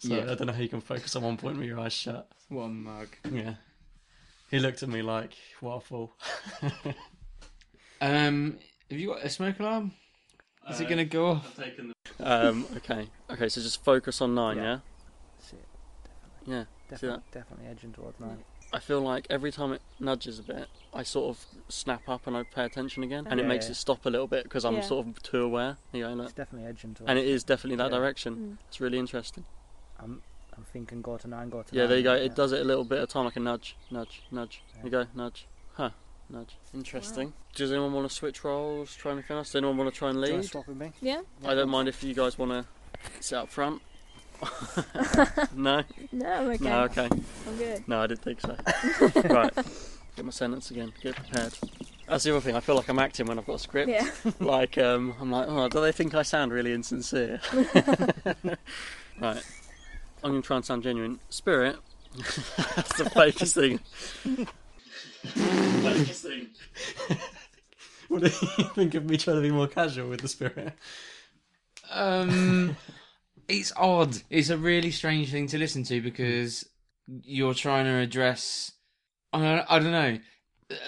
Speaker 1: So
Speaker 2: Yeah.
Speaker 1: I don't know how you can focus on one point with your eyes shut.
Speaker 2: What a mug.
Speaker 1: Yeah. He looked at me like, what a fool.
Speaker 2: Um, have you got a smoke alarm? Is
Speaker 1: Uh,
Speaker 2: it gonna go off?
Speaker 4: Um, okay. Okay, so just focus on nine,
Speaker 5: Yeah.
Speaker 4: yeah?
Speaker 5: See it.
Speaker 4: Yeah. See
Speaker 5: Definitely,
Speaker 4: that?
Speaker 5: definitely edging towards nine.
Speaker 4: I feel like every time it nudges a bit, I sort of snap up and I pay attention again, and it
Speaker 5: Yeah,
Speaker 4: makes
Speaker 5: yeah.
Speaker 4: it stop a little bit because I'm
Speaker 6: Yeah.
Speaker 4: sort of too aware. You know,
Speaker 5: It's
Speaker 4: look.
Speaker 5: definitely edging towards.
Speaker 4: and it is definitely that
Speaker 5: Yeah.
Speaker 6: Mm.
Speaker 4: direction. It's really interesting.
Speaker 5: I'm, I'm thinking go to nine, go to.
Speaker 4: Yeah,
Speaker 5: nine,
Speaker 4: there you go.
Speaker 5: yeah.
Speaker 4: It does it a little bit of time, like a nudge, nudge, nudge.
Speaker 5: Yeah.
Speaker 4: There you go, nudge. Huh, nudge. Interesting. Does anyone want to switch roles? Try anything else? Does anyone want to try and
Speaker 5: Do you wanna
Speaker 4: lead?
Speaker 5: swap with me?
Speaker 6: Yeah?
Speaker 4: I don't mind if you guys want to sit up front. no?
Speaker 6: No, I'm okay.
Speaker 4: No, okay.
Speaker 6: I'm good.
Speaker 4: No, I didn't think so. right. Get my sentence again. Get prepared. That's the other thing. I feel like I'm acting when I've got a script.
Speaker 6: Yeah.
Speaker 4: Like, um, I'm like, oh, do they think I sound really insincere? right. I'm going to try and sound genuine. Spirit. That's the fakest thing. fakest thing.
Speaker 1: what do you think of me trying to be more casual with the spirit?
Speaker 2: Um, it's odd. It's a really strange thing to listen to because you're trying to address. I don't, I don't know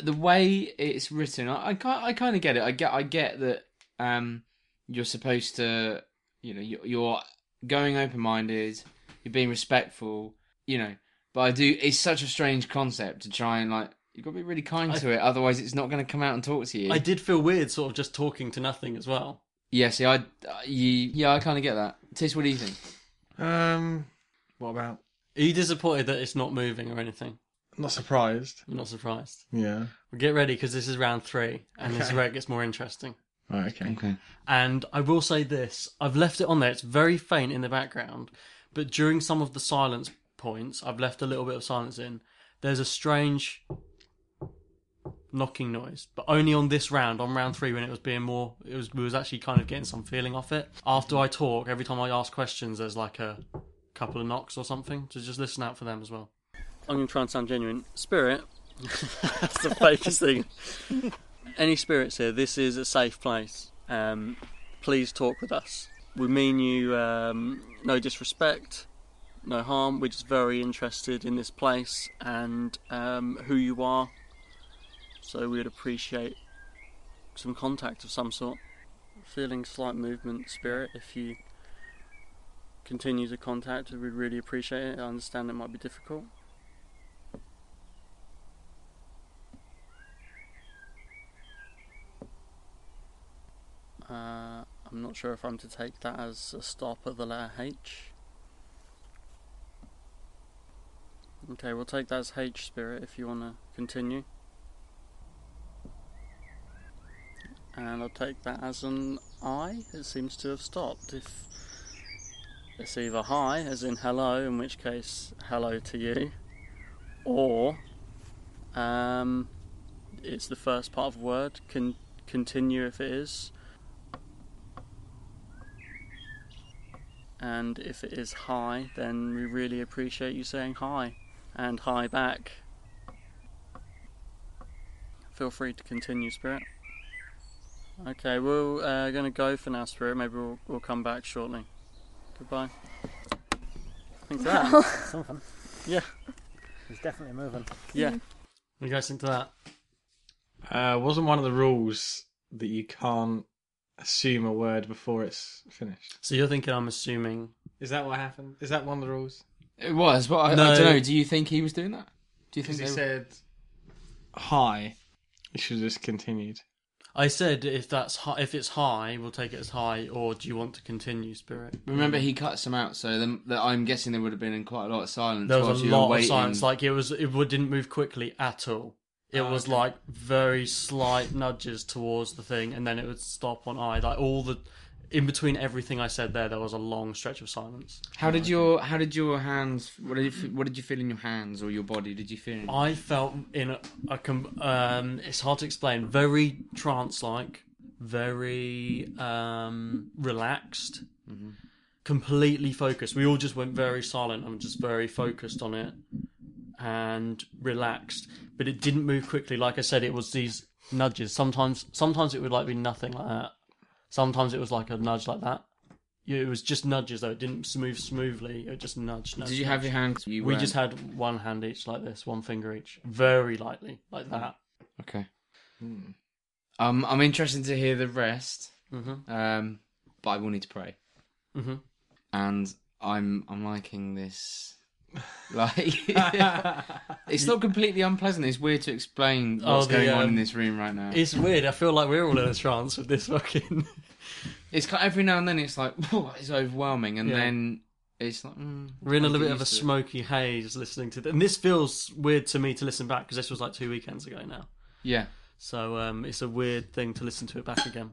Speaker 2: the way it's written. I, I kind I kind of get it. I get I get that. Um, you're supposed to. You know, you're, you're going open minded. You're being respectful. You know, but I do. It's such a strange concept to try and like. You've got to be really kind
Speaker 1: I-
Speaker 2: to it, otherwise it's not going to come out and talk to you.
Speaker 1: I did feel weird sort of just talking to nothing as well.
Speaker 2: yeah, see, I, uh, you, yeah, I kind of get that. Tis, what do you think?
Speaker 3: Um, what about?
Speaker 1: Are you disappointed that it's not moving or anything?
Speaker 3: I'm not surprised.
Speaker 1: You're not surprised?
Speaker 3: Yeah.
Speaker 1: Well, get ready because this is round three and this is
Speaker 3: Okay.
Speaker 1: where it gets more interesting.
Speaker 3: Right, okay.
Speaker 2: Okay.
Speaker 1: And I will say this I've left it on there. It's very faint in the background, but during some of the silence points, I've left a little bit of silence in. There's a strange knocking noise, but only on this round, on round three, when it was being more, it was, we was actually kind of getting some feeling off it. After I talk, every time I ask questions, there's like a couple of knocks or something. So just listen out for them as well.
Speaker 4: I'm going to try and sound genuine. Spirit. That's the fakest thing. Any spirits here, this is a safe place. Um, please talk with us. We mean you um, no disrespect, no harm. We're just very interested in this place and um, who you are. So we'd appreciate some contact of some sort. Feeling slight movement, spirit, if you continue to contact, we'd really appreciate it. I understand it might be difficult. Uh, I'm not sure if I'm to take that as a stop at the letter H. Okay, we'll take that as H spirit if you want to continue. And I'll take that as an I. It seems to have stopped. If it's either hi, as in hello, in which case hello to you, or um, it's the first part of a word. Can continue if it is. and if it is hi, then we really appreciate you saying hi and hi back. Feel free to continue, Spirit. Okay, we're uh, going to go for now, Spirit. Maybe we'll, we'll come back shortly. Goodbye. Think that.
Speaker 5: Something.
Speaker 4: Yeah.
Speaker 5: It's definitely moving.
Speaker 4: yeah.
Speaker 1: What do you guys think to that?
Speaker 3: Uh, wasn't one of the rules that you can't assume a word before it's finished?
Speaker 1: So you're thinking I'm assuming
Speaker 3: Is that what happened? Is that one of the rules?
Speaker 2: It was, but I,
Speaker 1: No.
Speaker 2: I don't know. Do you think he was doing that? Do you think
Speaker 3: Because
Speaker 2: they
Speaker 3: he
Speaker 2: were-
Speaker 3: said hi. You should have just continued.
Speaker 1: I said if that's hi- if it's high, we'll take it as high. Or do you want to continue, Spirit?
Speaker 2: Remember, he cut some out, so then, that I'm guessing there would have been in quite a lot of silence.
Speaker 1: there
Speaker 2: whilst
Speaker 1: was a
Speaker 2: you were
Speaker 1: lot of
Speaker 2: waiting.
Speaker 1: silence. Like it was, it w- didn't move quickly at all. It
Speaker 2: Ah,
Speaker 3: Oh,
Speaker 1: was
Speaker 3: okay.
Speaker 1: like very slight nudges towards the thing, and then it would stop on eye. Like all the in between everything I said there, there was a long stretch of silence.
Speaker 2: how did your how did your hands? What did you, f- what did you feel in your hands or your body? Did you feel? Any-
Speaker 1: I felt in a, a com- um, it's hard to explain. Very trance-like, very um, relaxed,
Speaker 2: Mm-hmm.
Speaker 1: completely focused. We all just went very silent and just very focused on it,
Speaker 3: and relaxed, but it didn't move quickly. Like I said, it was these nudges. Sometimes, sometimes it would like be nothing like that. Sometimes it was like a nudge like that. Yeah, It was just nudges though. It didn't move smoothly. It just nudged. nudged,
Speaker 2: Did you have
Speaker 3: nudged.
Speaker 2: your hands? You
Speaker 3: We
Speaker 2: weren't-
Speaker 3: just had one hand each, like this, one finger each, very lightly, like that.
Speaker 2: Okay. Hmm. Um, I'm interested to hear the rest. Mm-hmm. Um, but I will need to pray.
Speaker 3: hmm
Speaker 2: and I'm I'm liking this. Like it's not completely unpleasant. It's weird to explain
Speaker 3: Oh,
Speaker 2: what's
Speaker 3: the,
Speaker 2: going on
Speaker 3: um,
Speaker 2: in this room right now. It's,
Speaker 3: It's weird. I feel like we're all in a trance with this fucking.
Speaker 2: ki- every now and then it's like "Whoa, it's overwhelming, and
Speaker 3: Yeah.
Speaker 2: then it's like mm,
Speaker 3: We're in a
Speaker 2: I'll
Speaker 3: little
Speaker 2: get
Speaker 3: bit of a
Speaker 2: used to it.
Speaker 3: smoky haze listening to this, and this feels weird to me to listen back because this was like two weekends ago now.
Speaker 2: Yeah,
Speaker 3: So um, it's a weird thing to listen to it back again.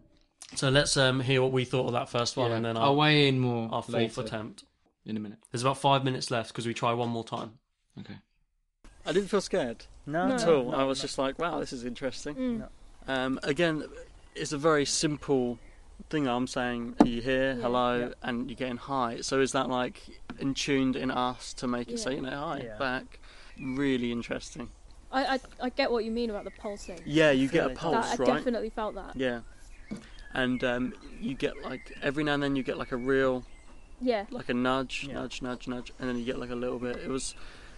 Speaker 3: So let's um, hear what we thought of that first one,
Speaker 2: yeah.
Speaker 3: and then
Speaker 2: I'll
Speaker 3: our,
Speaker 2: weigh in more
Speaker 3: our fourth
Speaker 2: later,
Speaker 3: attempt.
Speaker 2: in a minute.
Speaker 3: There's about five minutes left because we try one more time.
Speaker 2: Okay.
Speaker 1: I didn't feel scared
Speaker 5: No,
Speaker 1: at all. I was just like, wow, this is interesting.
Speaker 6: Mm.
Speaker 1: Um, again, it's a very simple thing I'm saying. Are you here?
Speaker 6: Yeah.
Speaker 1: Hello?
Speaker 5: Yeah.
Speaker 1: And you're getting hi. So is that like in tuned in us to make
Speaker 6: Yeah.
Speaker 1: it say, you know, hi
Speaker 5: Yeah.
Speaker 1: back? Really interesting.
Speaker 6: I, I I get what you mean about the pulsing.
Speaker 1: Yeah, you get a
Speaker 5: Feeling.
Speaker 6: That-
Speaker 1: pulse,
Speaker 6: I
Speaker 1: right?
Speaker 6: definitely felt that.
Speaker 1: Yeah. And um, you get like every now and then you get like a real
Speaker 6: Yeah,
Speaker 1: like a nudge,
Speaker 5: Yeah.
Speaker 1: nudge, nudge, nudge, and then you get like a little bit. It was.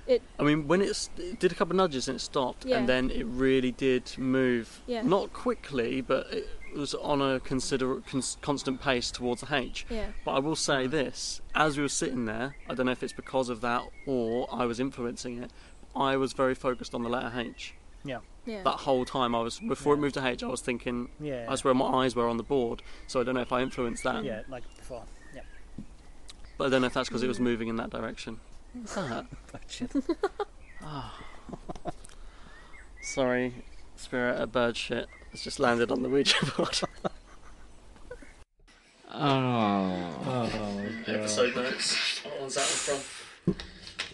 Speaker 6: It-
Speaker 1: I mean, when it's, it did a couple of nudges and it stopped,
Speaker 6: Yeah.
Speaker 1: and then it really did move.
Speaker 6: Yeah.
Speaker 1: Not quickly, but it was on a consider cons- constant pace towards the H.
Speaker 6: yeah,
Speaker 1: But I will say this: as we were sitting there, I don't know if it's because of that or I was influencing it. I was very focused on the letter H.
Speaker 6: yeah.
Speaker 1: That whole time, I was before it
Speaker 5: Yeah.
Speaker 1: moved to H, I was thinking
Speaker 5: Yeah.
Speaker 1: that's where my eyes were on the board. So I don't know if I influenced that.
Speaker 5: Yeah, like before. Yeah.
Speaker 1: But I don't know if that's because it was moving in that direction. What's that?
Speaker 4: Oh,
Speaker 5: Gotcha.
Speaker 1: Sorry, spirit of bird shit. It's just landed on the Ouija board.
Speaker 2: Oh,
Speaker 8: Oh, God.
Speaker 1: episode notes. What one's that one from?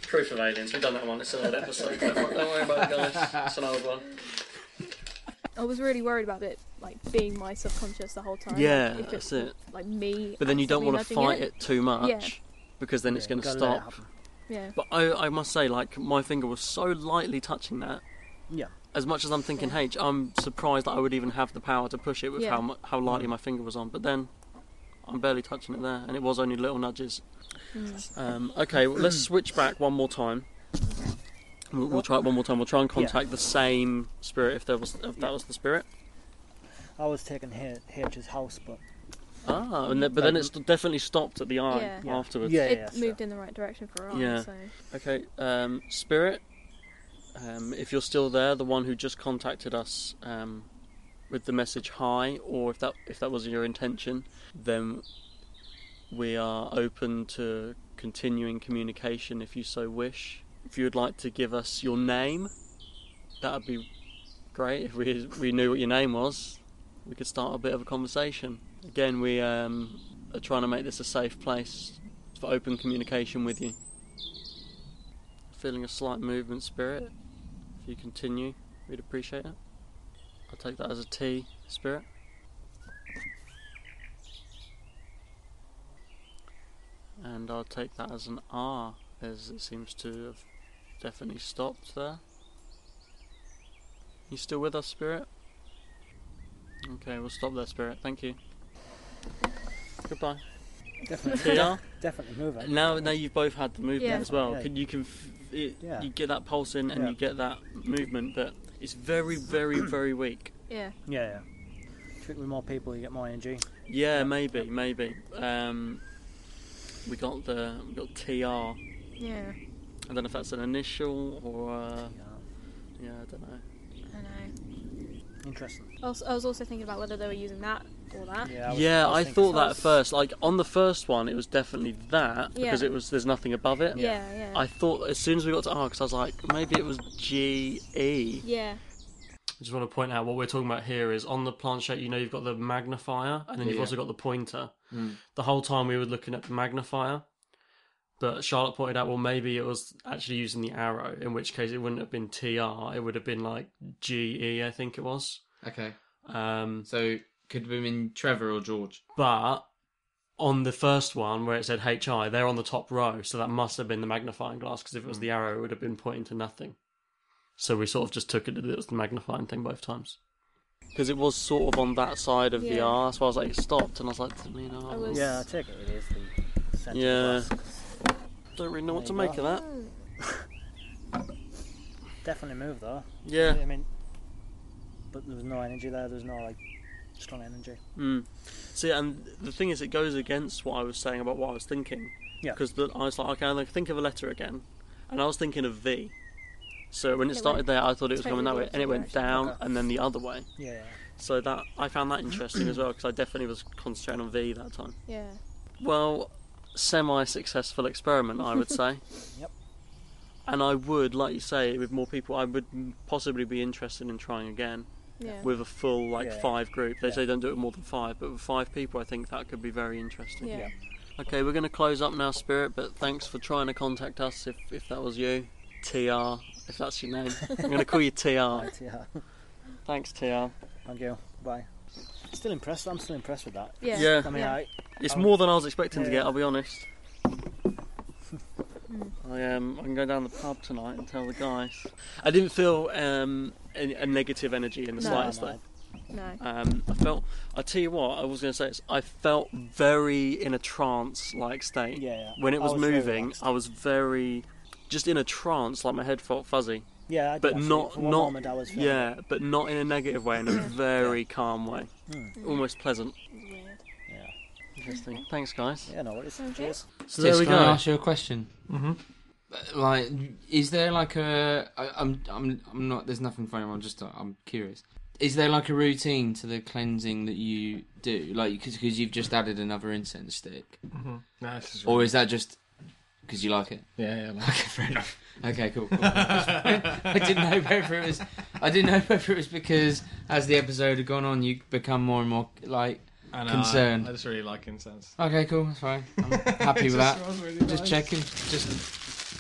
Speaker 1: Proof of aliens. We've done that one. It's an old episode. Don't wor- don't worry about it, guys. It's an old one.
Speaker 6: I was really worried about it, like being my subconscious the whole time.
Speaker 1: Yeah,
Speaker 6: like, if
Speaker 1: that's
Speaker 6: it's
Speaker 1: it.
Speaker 6: like me.
Speaker 1: But then you don't
Speaker 6: actively
Speaker 1: want to
Speaker 6: nudging
Speaker 1: fight it too much because then it's
Speaker 5: Yeah,
Speaker 1: going to
Speaker 5: gotta let it
Speaker 1: stop.
Speaker 5: happen.
Speaker 6: Yeah,
Speaker 1: But I, I must say, like my finger was so lightly touching that.
Speaker 5: Yeah.
Speaker 1: As much as I'm thinking, H, I'm surprised that I would even have the power to push it with
Speaker 6: Yeah.
Speaker 1: how mu- how lightly my finger was on. But then, I'm barely touching it there, and it was only little nudges. Um, okay, well, let's switch back one more time. We'll, we'll try it one more time. We'll try and contact the same spirit if there was if that was the spirit.
Speaker 5: I was taking H- H's house, but
Speaker 1: Ah, and then, but then it's definitely stopped at the eye
Speaker 6: Yeah.
Speaker 1: afterwards.
Speaker 5: yeah,
Speaker 6: it
Speaker 5: yeah,
Speaker 6: moved in the right direction for us.
Speaker 1: Yeah.
Speaker 6: So
Speaker 1: Okay, um, Spirit, um, if you're still there, the one who just contacted us um, with the message "Hi," or if that if that was your intention, then we are open to continuing communication if you so wish. If you would like to give us your name, that would be great. If we we knew what your name was, we could start a bit of a conversation. Again, we um, are trying to make this a safe place for open communication with you. Feeling a slight movement, spirit. If you continue, we'd appreciate it. I'll take that as a T, spirit. And I'll take that as an R, as it seems to have definitely stopped there. You still with us, spirit? Okay, we'll stop there, spirit. Thank you. Goodbye.
Speaker 5: yeah. definitely,
Speaker 1: TR?
Speaker 5: definitely moving.
Speaker 1: Now, now you've both had the movement
Speaker 6: Yeah.
Speaker 1: as well.
Speaker 5: Yeah.
Speaker 1: Can you can f- it,
Speaker 5: Yeah.
Speaker 1: you get that pulse in and
Speaker 5: Yeah.
Speaker 1: you get that movement, but it's very, very, very weak.
Speaker 6: yeah,
Speaker 5: Yeah, yeah. Treat with more people, you get more energy.
Speaker 1: Yeah, maybe, maybe. Um, we got the we got TR.
Speaker 6: yeah.
Speaker 1: I don't know if that's an initial or uh,
Speaker 5: Yeah.
Speaker 1: yeah, I don't know.
Speaker 6: I know.
Speaker 5: Interesting.
Speaker 6: Also, I was also thinking about whether they were using that or that.
Speaker 5: Yeah, I, was,
Speaker 1: yeah,
Speaker 5: was
Speaker 1: I
Speaker 5: thinking-
Speaker 1: thought that at
Speaker 6: was-
Speaker 1: first. Like on the first one, it was definitely that because
Speaker 6: Yeah.
Speaker 1: it was there's nothing above it.
Speaker 6: Yeah, yeah.
Speaker 1: I thought as soon as we got to R, because I was like, maybe it was G E.
Speaker 6: yeah,
Speaker 3: I just want to point out what we're talking about here is on the planchette. You know, you've got the magnifier, and then you've
Speaker 2: Yeah.
Speaker 3: also got the pointer.
Speaker 1: Hmm.
Speaker 3: The whole time we were looking at the magnifier, but Charlotte pointed out, well, maybe it was actually using the arrow, in which case it wouldn't have been TR. It would have been like GE, I think it was.
Speaker 2: okay.
Speaker 3: Um,
Speaker 2: So could have been Trevor or George.
Speaker 3: but
Speaker 1: on the first one where it said HI, they're on the top row, so that must have been the magnifying glass because if it was the arrow, it would have been pointing to nothing. So we sort of just took it that it was the magnifying thing both times.
Speaker 4: Because it was sort of on that side of the
Speaker 6: Yeah.
Speaker 4: R, so I was like, it stopped, and I was like, you know,
Speaker 6: I
Speaker 4: I
Speaker 6: was-
Speaker 5: Yeah, I take it. It is the centre
Speaker 4: Yeah.
Speaker 5: glass.
Speaker 4: don't really know what to
Speaker 5: There you
Speaker 4: make of
Speaker 5: go.
Speaker 4: that.
Speaker 5: Definitely move though.
Speaker 4: Yeah.
Speaker 5: I mean, but there was no energy there. There was no like strong energy.
Speaker 4: Mm. See, and the thing is, it goes against what I was saying about what I was thinking.
Speaker 5: Yeah.
Speaker 4: Because I was like, okay, I'm going to think of a letter again. And I was thinking of V. So when it
Speaker 6: It
Speaker 4: started
Speaker 6: went
Speaker 4: there, I thought it was
Speaker 6: totally
Speaker 4: coming that
Speaker 6: the
Speaker 4: way. And it
Speaker 6: opposite
Speaker 4: went
Speaker 6: direction.
Speaker 4: down
Speaker 5: Okay.
Speaker 4: and then the other way.
Speaker 5: Yeah. yeah.
Speaker 4: So that I found that interesting as well, because I definitely was concentrating on V that time.
Speaker 6: Yeah.
Speaker 4: Well, semi successful experiment, I would say.
Speaker 5: Yep.
Speaker 4: And I would, like you say, with more people, I would possibly be interested in trying again
Speaker 6: Yeah.
Speaker 4: with a full like
Speaker 5: Yeah.
Speaker 4: five group. They
Speaker 5: Yeah.
Speaker 4: say don't do it with more than five, but with five people, I think that could be very interesting.
Speaker 6: yeah.
Speaker 5: yeah.
Speaker 4: Okay, we're going to close up now, Spirit. But thanks for trying to contact us. If if that was you, Tr, if that's your name, I'm going to call you Tr.
Speaker 5: Right, yeah.
Speaker 4: Thanks, Tr.
Speaker 5: Thank you. Bye. Still impressed. I'm still impressed with that.
Speaker 6: Yeah.
Speaker 4: Yeah.
Speaker 5: I mean, I,
Speaker 4: It's
Speaker 5: Oh.
Speaker 4: more than I was expecting to
Speaker 5: Yeah.
Speaker 4: get. I'll be honest. I um, I can go down the pub tonight and tell the guys. I didn't feel um a, a negative energy in the
Speaker 6: No.
Speaker 4: slightest
Speaker 5: No,
Speaker 4: though.
Speaker 5: no.
Speaker 6: No.
Speaker 4: Um, I felt. I tell you what. I was going to say. It's, I felt very in a trance-like state.
Speaker 5: Yeah, yeah.
Speaker 4: When it
Speaker 5: I
Speaker 4: was,
Speaker 5: was very
Speaker 4: moving,
Speaker 5: relaxed.
Speaker 4: I was very, just in a trance. Like my head felt fuzzy,
Speaker 5: yeah. I did
Speaker 4: but
Speaker 5: actually.
Speaker 4: not
Speaker 5: For one
Speaker 4: not.
Speaker 5: moment I was feeling-
Speaker 4: yeah, but not in a negative way. In a very calm way.
Speaker 5: Hmm.
Speaker 4: Almost pleasant.
Speaker 6: It was weird.
Speaker 5: Yeah.
Speaker 4: Interesting. Thanks, guys.
Speaker 5: Yeah. No worries.
Speaker 6: Okay.
Speaker 5: Cheers.
Speaker 4: So there we
Speaker 2: Can I
Speaker 4: go.
Speaker 2: ask you a question? Mm-hmm. Like, is there like a? I, I'm, I'm, I'm not. There's nothing funny. I'm just, I'm curious. Is there like a routine to the cleansing that you do, like because you've just added another incense stick,
Speaker 3: No, this is
Speaker 2: or is that just because you like it?
Speaker 3: yeah, yeah. Like,
Speaker 2: Okay, fair enough. Okay, cool. cool. I didn't know whether it was. I didn't know whether it was because as the episode had gone on, you become more and more like.
Speaker 3: and, uh,
Speaker 2: Concern.
Speaker 3: I just really like incense.
Speaker 2: Okay, cool. That's fine. I'm happy with that. Just checking. Just,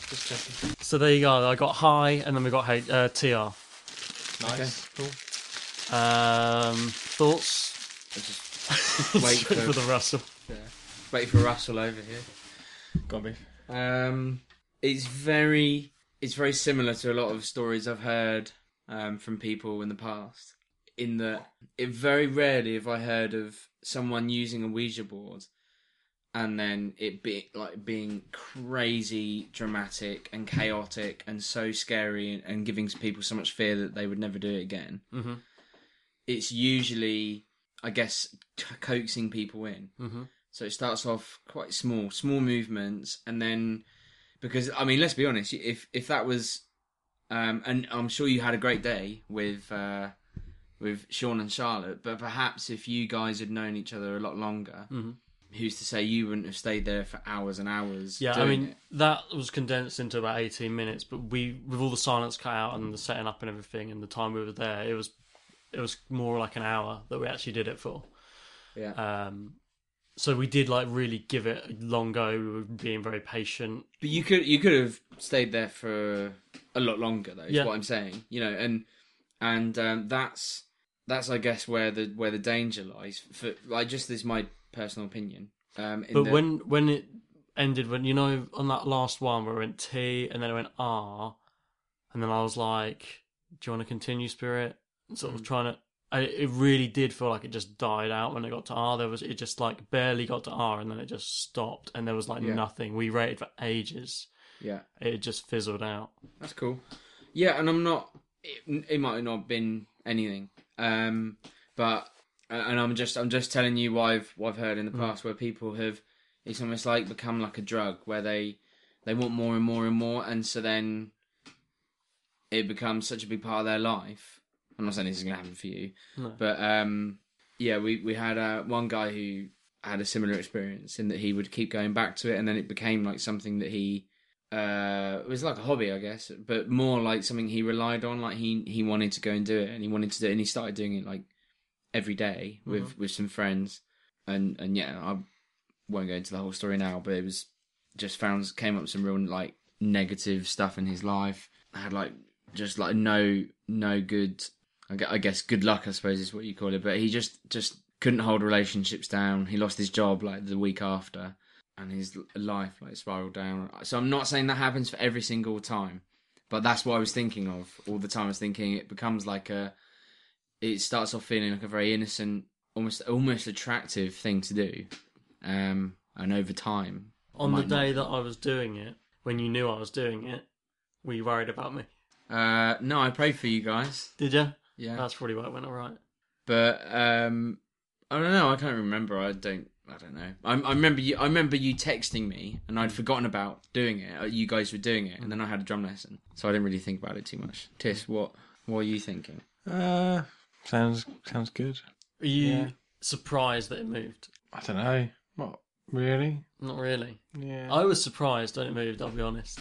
Speaker 2: just checking.
Speaker 1: So there you go. I got high, and then we got H- uh, Tr.
Speaker 3: Nice.
Speaker 2: Okay, cool.
Speaker 1: Um, thoughts
Speaker 2: Wait
Speaker 1: for
Speaker 2: for,
Speaker 1: the Russell.
Speaker 2: wait for Russell over here.
Speaker 3: Go on, beef.
Speaker 2: Um, it's very it's very similar to a lot of stories I've heard um, from people in the past. In that, it very rarely have I heard of someone using a Ouija board and then it be like being crazy dramatic and chaotic and so scary and, and giving people so much fear that they would never do it again. Mm-hmm. It's usually, I guess, c- coaxing people in. Mm-hmm. So it starts off quite small, small movements, and then because I mean, let's be honest, if if that was, um, and I'm sure you had a great day with. Uh, with Sean and Charlotte, but perhaps if you guys had known each other a lot longer, who's to say you wouldn't have stayed there for hours and hours?
Speaker 1: Mm-hmm. Yeah, I
Speaker 2: doing
Speaker 1: mean
Speaker 2: it?
Speaker 1: that was condensed into about eighteen minutes, but we with all the silence cut out and the setting up and everything, and the time we were there, it was it was more like an hour that we actually did it for.
Speaker 2: yeah,
Speaker 1: Um, so we did like really give it a long go. We were being very patient.
Speaker 2: but you could you could have stayed there for a lot longer, though. Is
Speaker 1: Yeah.
Speaker 2: what I'm saying, you know, and and um, that's that's I guess where the where the danger lies. For like, just this is my personal opinion. Um, in
Speaker 1: But
Speaker 2: the-
Speaker 1: when when it ended, when you know on that last one where it went T and then it went R, and then I was like, "Do you want to continue, Spirit?" And sort
Speaker 2: Mm.
Speaker 1: of trying to. I, it really did feel like it just died out when it got to R. There was it just like barely got to R and then it just stopped and there was like
Speaker 2: Yeah.
Speaker 1: nothing. We rated for ages.
Speaker 2: yeah,
Speaker 1: It just fizzled out.
Speaker 2: That's cool. Yeah, and I'm not. It, it might not have been anything, um, but and I'm just I'm just telling you what I've what I've heard in the past where people have it's almost like become like a drug where they they want more and more and more, and so then it becomes such a big part of their life. I'm not saying this is gonna happen for you, but um, yeah, we we had uh, one guy who had a similar experience in that he would keep going back to it, and then it became like something that he uh, it was like a hobby, I guess, but more like something he relied on. Like he he wanted to go and do it, and he wanted to do it, and he started doing it like every day with with some friends, and and yeah, I won't go into the whole story now, but it was just found came up with some real like negative stuff in his life. Had like just like no no good, I gue- I guess good luck, I suppose is what you call it, but he just just couldn't hold relationships down. He lost his job like the week after, and his l- life like spiraled down. So I'm not saying that happens for every single time, but that's what I was thinking of all the time. I was thinking it becomes like a, it starts off feeling like a very innocent, almost almost attractive thing to do, um, and over time,
Speaker 1: On the
Speaker 2: might not
Speaker 1: day that I was doing it, when you knew I was doing it, were you worried about me?
Speaker 2: Uh, no, I prayed for you guys.
Speaker 1: Did you?
Speaker 2: Yeah,
Speaker 1: That's probably why it went all right.
Speaker 2: but um, I don't know. I can't remember. I don't. I don't know. I, I remember you. I remember you texting me, and I'd forgotten about doing it. Uh, You guys were doing it, and then I had a drum lesson, so I didn't really think about it too much. Tis, what what are you thinking?
Speaker 3: Uh, sounds sounds good.
Speaker 1: Are you
Speaker 3: Yeah.
Speaker 1: surprised that it moved?
Speaker 3: I don't know. What really?
Speaker 1: Not really.
Speaker 3: Yeah.
Speaker 1: I was surprised when it moved, I'll be honest.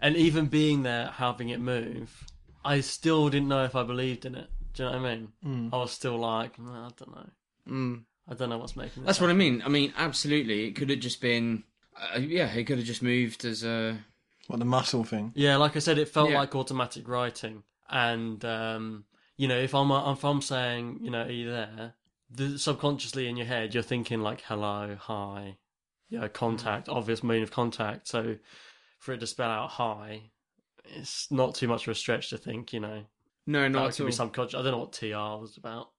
Speaker 1: And even being there, having it move, I still didn't know if I believed in it. Do you know what I mean? I was still like, "Mm, I don't know.
Speaker 2: Mm.
Speaker 1: I don't know what's making this
Speaker 2: That's what I
Speaker 1: happen."
Speaker 2: mean. I mean, absolutely. It could have just been. Uh, yeah, it could have just moved as a.
Speaker 3: What the muscle thing?
Speaker 1: Yeah, like I said, it felt
Speaker 2: Yeah.
Speaker 1: like automatic writing. And, um, you know, if I'm, uh, if I'm saying, you know, are you there? The, subconsciously in your head, you're thinking like, hello, hi, you know, contact,
Speaker 2: Mm.
Speaker 1: obvious mean of contact. So for it to spell out hi, it's not too much of a stretch to think, you know.
Speaker 2: No, not
Speaker 1: that
Speaker 2: at
Speaker 1: could
Speaker 2: all.
Speaker 1: be subconscious. I don't know what TR was about.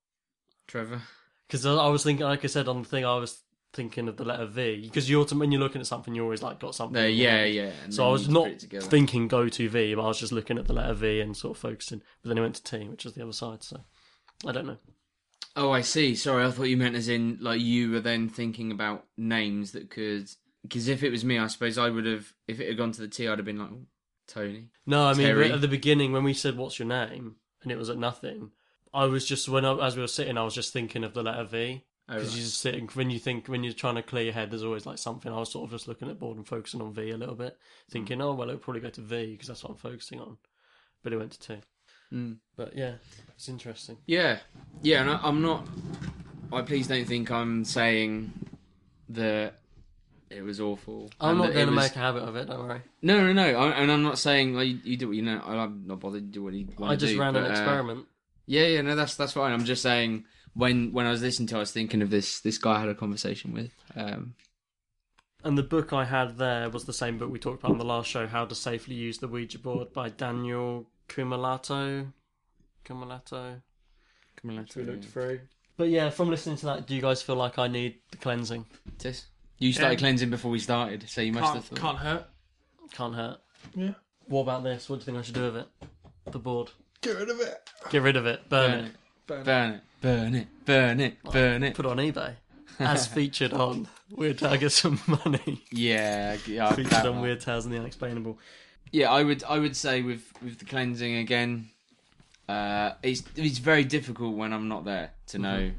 Speaker 2: Trevor.
Speaker 1: Because I I was thinking, like I said on the thing, I was thinking of the letter V. Because you autom- when you're looking at something, you always like got something.
Speaker 2: No,
Speaker 1: in your
Speaker 2: yeah,
Speaker 1: head.
Speaker 2: yeah. and
Speaker 1: So
Speaker 2: then
Speaker 1: I
Speaker 2: you
Speaker 1: was
Speaker 2: need to
Speaker 1: not
Speaker 2: put it together.
Speaker 1: thinking go to V, but I was just looking at the letter V and sort of focusing. But then it went to T, which is the other side. So I don't know.
Speaker 2: Oh, I see. Sorry, I thought you meant as in like you were then thinking about names that could. Because if it was me, I suppose I would have. If it had gone to the T, I'd have been like "Oh, Tony.
Speaker 1: No, I mean
Speaker 2: Terry.
Speaker 1: at the beginning when we said "What's your name?" and it was at nothing. I was just when I, as we were sitting, I was just thinking of the letter V.
Speaker 2: Oh,
Speaker 1: Because
Speaker 2: right.
Speaker 1: you're just sitting when you think when you're trying to clear your head, there's always like something. I was sort of just looking at board and focusing on V a little bit,
Speaker 2: Hmm.
Speaker 1: thinking, oh well, it'll probably go to V because that's what I'm focusing on. But it went to T.
Speaker 2: Mm.
Speaker 1: But yeah, it's interesting.
Speaker 2: Yeah, yeah. And I, I'm not. I please don't think I'm saying that it was awful.
Speaker 1: I'm
Speaker 2: and
Speaker 1: not
Speaker 2: that it
Speaker 1: going to
Speaker 2: was-
Speaker 1: make a habit of it. Don't worry.
Speaker 2: No, no, no. I, and I'm not saying like you, you do what you know. I, I'm not bothered. You do what you want
Speaker 1: I just
Speaker 2: uh,
Speaker 1: ran an experiment.
Speaker 2: Yeah, yeah. No, that's that's fine. I'm just saying when when I was listening to, it, I was thinking of this this guy I had a conversation with. Um,
Speaker 1: And the book I had there was the same book we talked about on the last show, How to Safely Use the Ouija Board by Daniel Cumulato. Cumulato.
Speaker 2: Camilla,
Speaker 1: Which we looked through. But yeah, from listening to that, do you guys feel like I need the cleansing?
Speaker 2: Tis. You started
Speaker 3: Yeah.
Speaker 2: cleansing before we started, so you must have thought.
Speaker 3: Can't, can't hurt.
Speaker 1: Can't hurt.
Speaker 3: Yeah.
Speaker 1: What about this? What do you think I should do with it? The board.
Speaker 3: Get rid of it.
Speaker 1: Get rid of it. Burn
Speaker 2: Burn
Speaker 1: it.
Speaker 2: it. Burn it. Burn it. Burn it. Burn it.
Speaker 1: Put it on eBay. As featured on Weird Tales, get some money.
Speaker 2: Yeah, yeah. I-
Speaker 1: featured
Speaker 2: that
Speaker 1: on
Speaker 2: one.
Speaker 1: Weird Tales and the Unexplainable.
Speaker 2: Yeah, I would. I would say with with the cleansing again, uh, it's it's very difficult when I'm not there to
Speaker 1: Mm-hmm.
Speaker 2: know.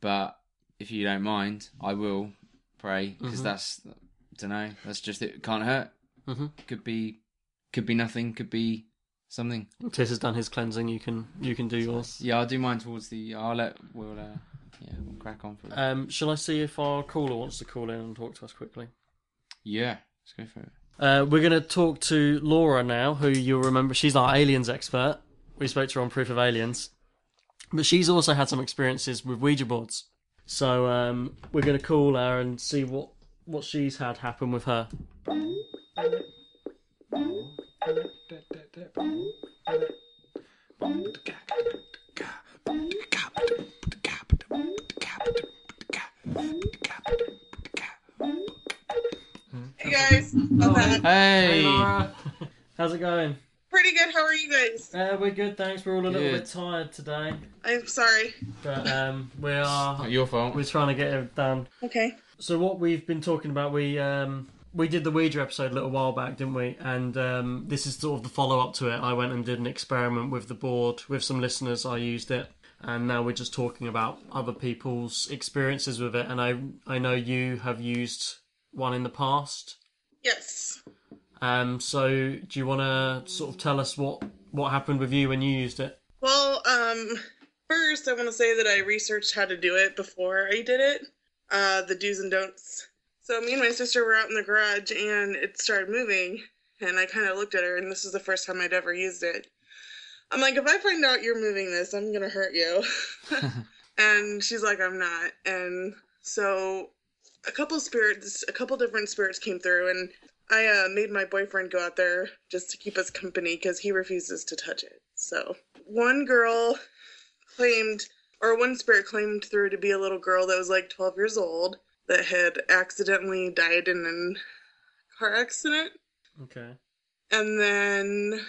Speaker 2: But if you don't mind, I will pray because
Speaker 1: Mm-hmm.
Speaker 2: that's don't know. That's just it. Can't hurt.
Speaker 1: Mhm.
Speaker 2: Could be, could be nothing. Could be something.
Speaker 1: Tis has done his cleansing. You can you can do yours.
Speaker 2: Yeah, I'll do mine towards the. I'll let we'll. Uh, yeah, we'll crack on for that.
Speaker 1: Um, shall I see if our caller wants to call in and talk to us quickly?
Speaker 2: yeah, let's go for it.
Speaker 1: Uh, we're going to talk to Laura now, who you'll remember. She's our aliens expert. We spoke to her on Proof of Aliens. But she's also had some experiences with Ouija boards. So um, we're going to call her and see what, what she's had happen with her.
Speaker 9: Hey guys, not bad.
Speaker 2: Hey,
Speaker 1: Laura. How's it going?
Speaker 9: Pretty good. How are you guys?
Speaker 1: Uh, we're good, thanks. We're all a little
Speaker 2: Good.
Speaker 1: bit tired today,
Speaker 9: I'm sorry.
Speaker 1: but um, we are
Speaker 2: not your fault.
Speaker 1: we're trying to get it done.
Speaker 9: Okay.
Speaker 1: So what we've been talking about, we um, we did the Ouija episode a little while back, didn't we? And um, this is sort of the follow up to it. I went and did an experiment with the board with some listeners. I used it, and now we're just talking about other people's experiences with it. And I I know you have used one in the past.
Speaker 9: Yes.
Speaker 1: Um, so do you want to sort of tell us what what happened with you when you used it?
Speaker 9: Well, um, first I want to say that I researched how to do it before I did it. Uh, the do's and don'ts. So me and my sister were out in the garage and it started moving, and I kind of looked at her, and this is the first time I'd ever used it. I'm like, if I find out you're moving this, I'm gonna hurt you. And she's like, I'm not. And so a couple spirits, a couple different spirits came through, and I uh, made my boyfriend go out there just to keep us company because he refuses to touch it. So one girl claimed, or one spirit claimed through to be a little girl that was like 12 years old that had accidentally died in an car accident.
Speaker 1: Okay.
Speaker 9: And then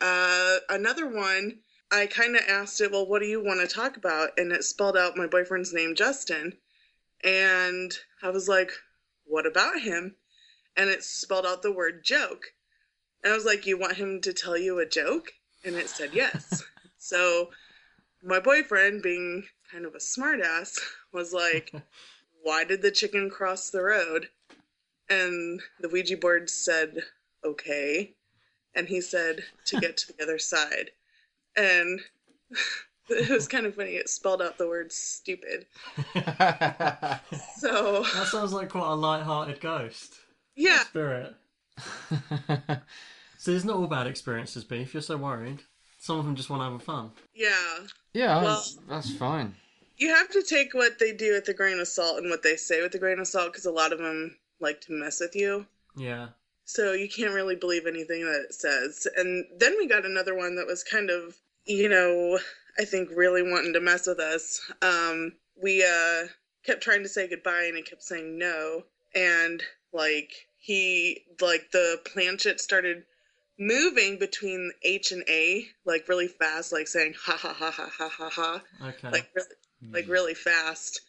Speaker 9: uh, another one, I kind of asked it, well, what do you want to talk about? And it spelled out my boyfriend's name, Justin. And I was like, what about him? And it spelled out the word joke. And I was like, you want him to tell you a joke? And it said yes. so my boyfriend, being kind of a smartass, was like, why did the chicken cross the road? And the Ouija board said, okay. And he said, to get to the other side. And it was kind of funny. It spelled out the word stupid. so,
Speaker 1: That sounds like quite a light-hearted ghost
Speaker 9: yeah.
Speaker 1: spirit. See, it's not all bad experiences, Beef. You're so worried. Some of them just want to have fun.
Speaker 9: Yeah.
Speaker 2: Yeah,
Speaker 9: Well-
Speaker 2: that's, that's fine.
Speaker 9: You have to take what they do with a grain of salt and what they say with a grain of salt because a lot of them like to mess with you.
Speaker 1: Yeah.
Speaker 9: So you can't really believe anything that it says. And then we got another one that was kind of, you know, I think really wanting to mess with us. Um, we uh, kept trying to say goodbye and it kept saying no. And like he, like the planchet started moving between H and A, like really fast, like saying ha ha ha ha ha ha ha
Speaker 1: Okay.
Speaker 9: like really, like really fast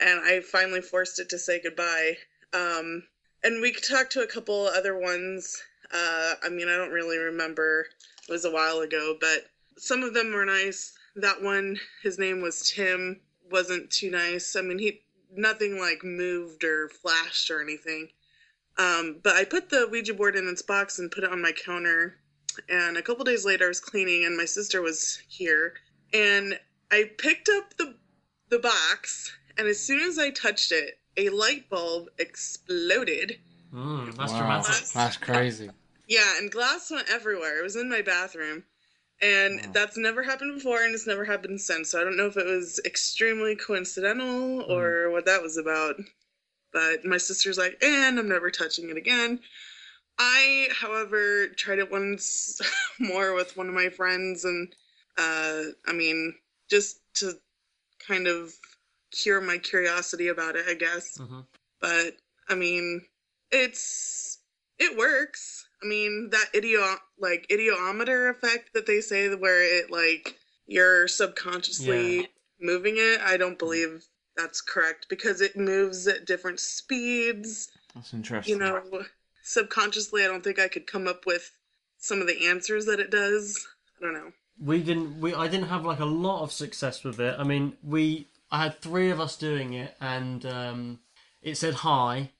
Speaker 9: and i finally forced it to say goodbye um and we talked to a couple other ones uh i mean i don't really remember it was a while ago but some of them were nice that one his name was tim wasn't too nice i mean he nothing like moved or flashed or anything um but i put the ouija board in its box and put it on my counter and a couple days later i was cleaning and my sister was here and I picked up the the box, and as soon as I touched it, a light bulb exploded.
Speaker 1: Mm, that's
Speaker 2: Wow,
Speaker 1: dramatic.
Speaker 2: That's crazy.
Speaker 9: Yeah, and glass went everywhere. It was in my bathroom, and that's never happened before, and it's never happened since. So I don't know if it was extremely coincidental or what that was about. But my sister's like, and I'm never touching it again. I, however, tried it once more with one of my friends, and uh, I mean, just to kind of cure my curiosity about it, I guess.
Speaker 1: Mhm.
Speaker 9: But I mean, it's it works. I mean, that idio like idiometer effect that they say, where it like you're subconsciously
Speaker 1: Yeah.
Speaker 9: moving it. I don't believe that's correct because it moves at different speeds
Speaker 2: That's interesting.
Speaker 9: you know, subconsciously, I don't think I could come up with some of the answers that it does. I don't know.
Speaker 1: we didn't we i didn't have like a lot of success with it i mean we i had three of us doing it and um it said hi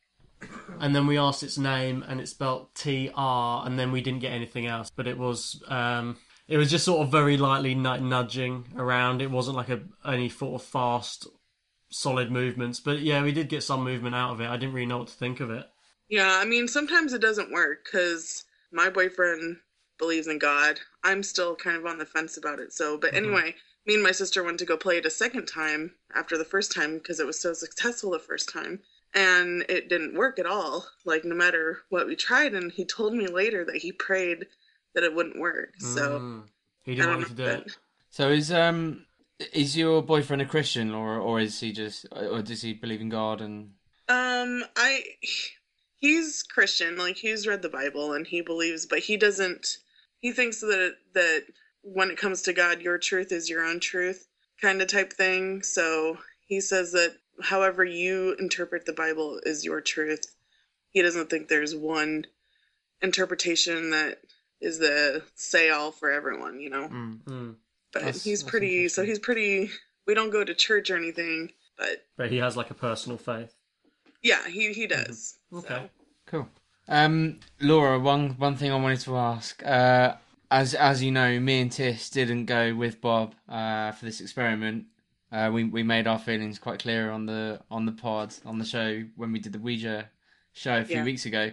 Speaker 1: and then we asked its name and it spelt tr and then we didn't get anything else but it was um it was just sort of very lightly nu- nudging around it wasn't like a any sort of fast solid movements but yeah we did get some movement out of it i didn't really know what to think of it
Speaker 9: Yeah, I mean, sometimes it doesn't work because my boyfriend believes in God. I'm still kind of on the fence about it. So, but
Speaker 1: Mm-hmm.
Speaker 9: anyway, me and my sister went to go play it a second time after the first time because it was so successful the first time. And it didn't work at all, like, no matter what we tried. And he told me later that he prayed that it wouldn't work. So,
Speaker 1: Mm. he
Speaker 9: I
Speaker 1: didn't
Speaker 9: don't
Speaker 1: want you to do
Speaker 9: know if
Speaker 1: it
Speaker 9: that-
Speaker 2: So is um is your boyfriend a Christian or or is he just or does he believe in God and
Speaker 9: Um, I he's Christian, like he's read the Bible and he believes, but he doesn't. He thinks that that when it comes to God, your truth is your own truth, kind of type thing. So he says that however you interpret the Bible is your truth. He doesn't think there's one interpretation that is the say all for everyone, you know.
Speaker 1: Mm.
Speaker 9: But
Speaker 2: That's-
Speaker 9: he's
Speaker 2: that's
Speaker 9: pretty. So
Speaker 2: interesting.
Speaker 9: he's pretty. We don't go to church or anything, but
Speaker 1: but he has like a personal faith
Speaker 9: yeah, he he does.
Speaker 1: Mm-hmm. okay
Speaker 2: Cool. Um, Laura, one one thing I wanted to ask. Uh, as as you know, me and Tiss didn't go with Bob uh, for this experiment. Uh, we we made our feelings quite clear on the on the pod on the show when we did the Ouija show a few
Speaker 9: Yeah.
Speaker 2: weeks ago.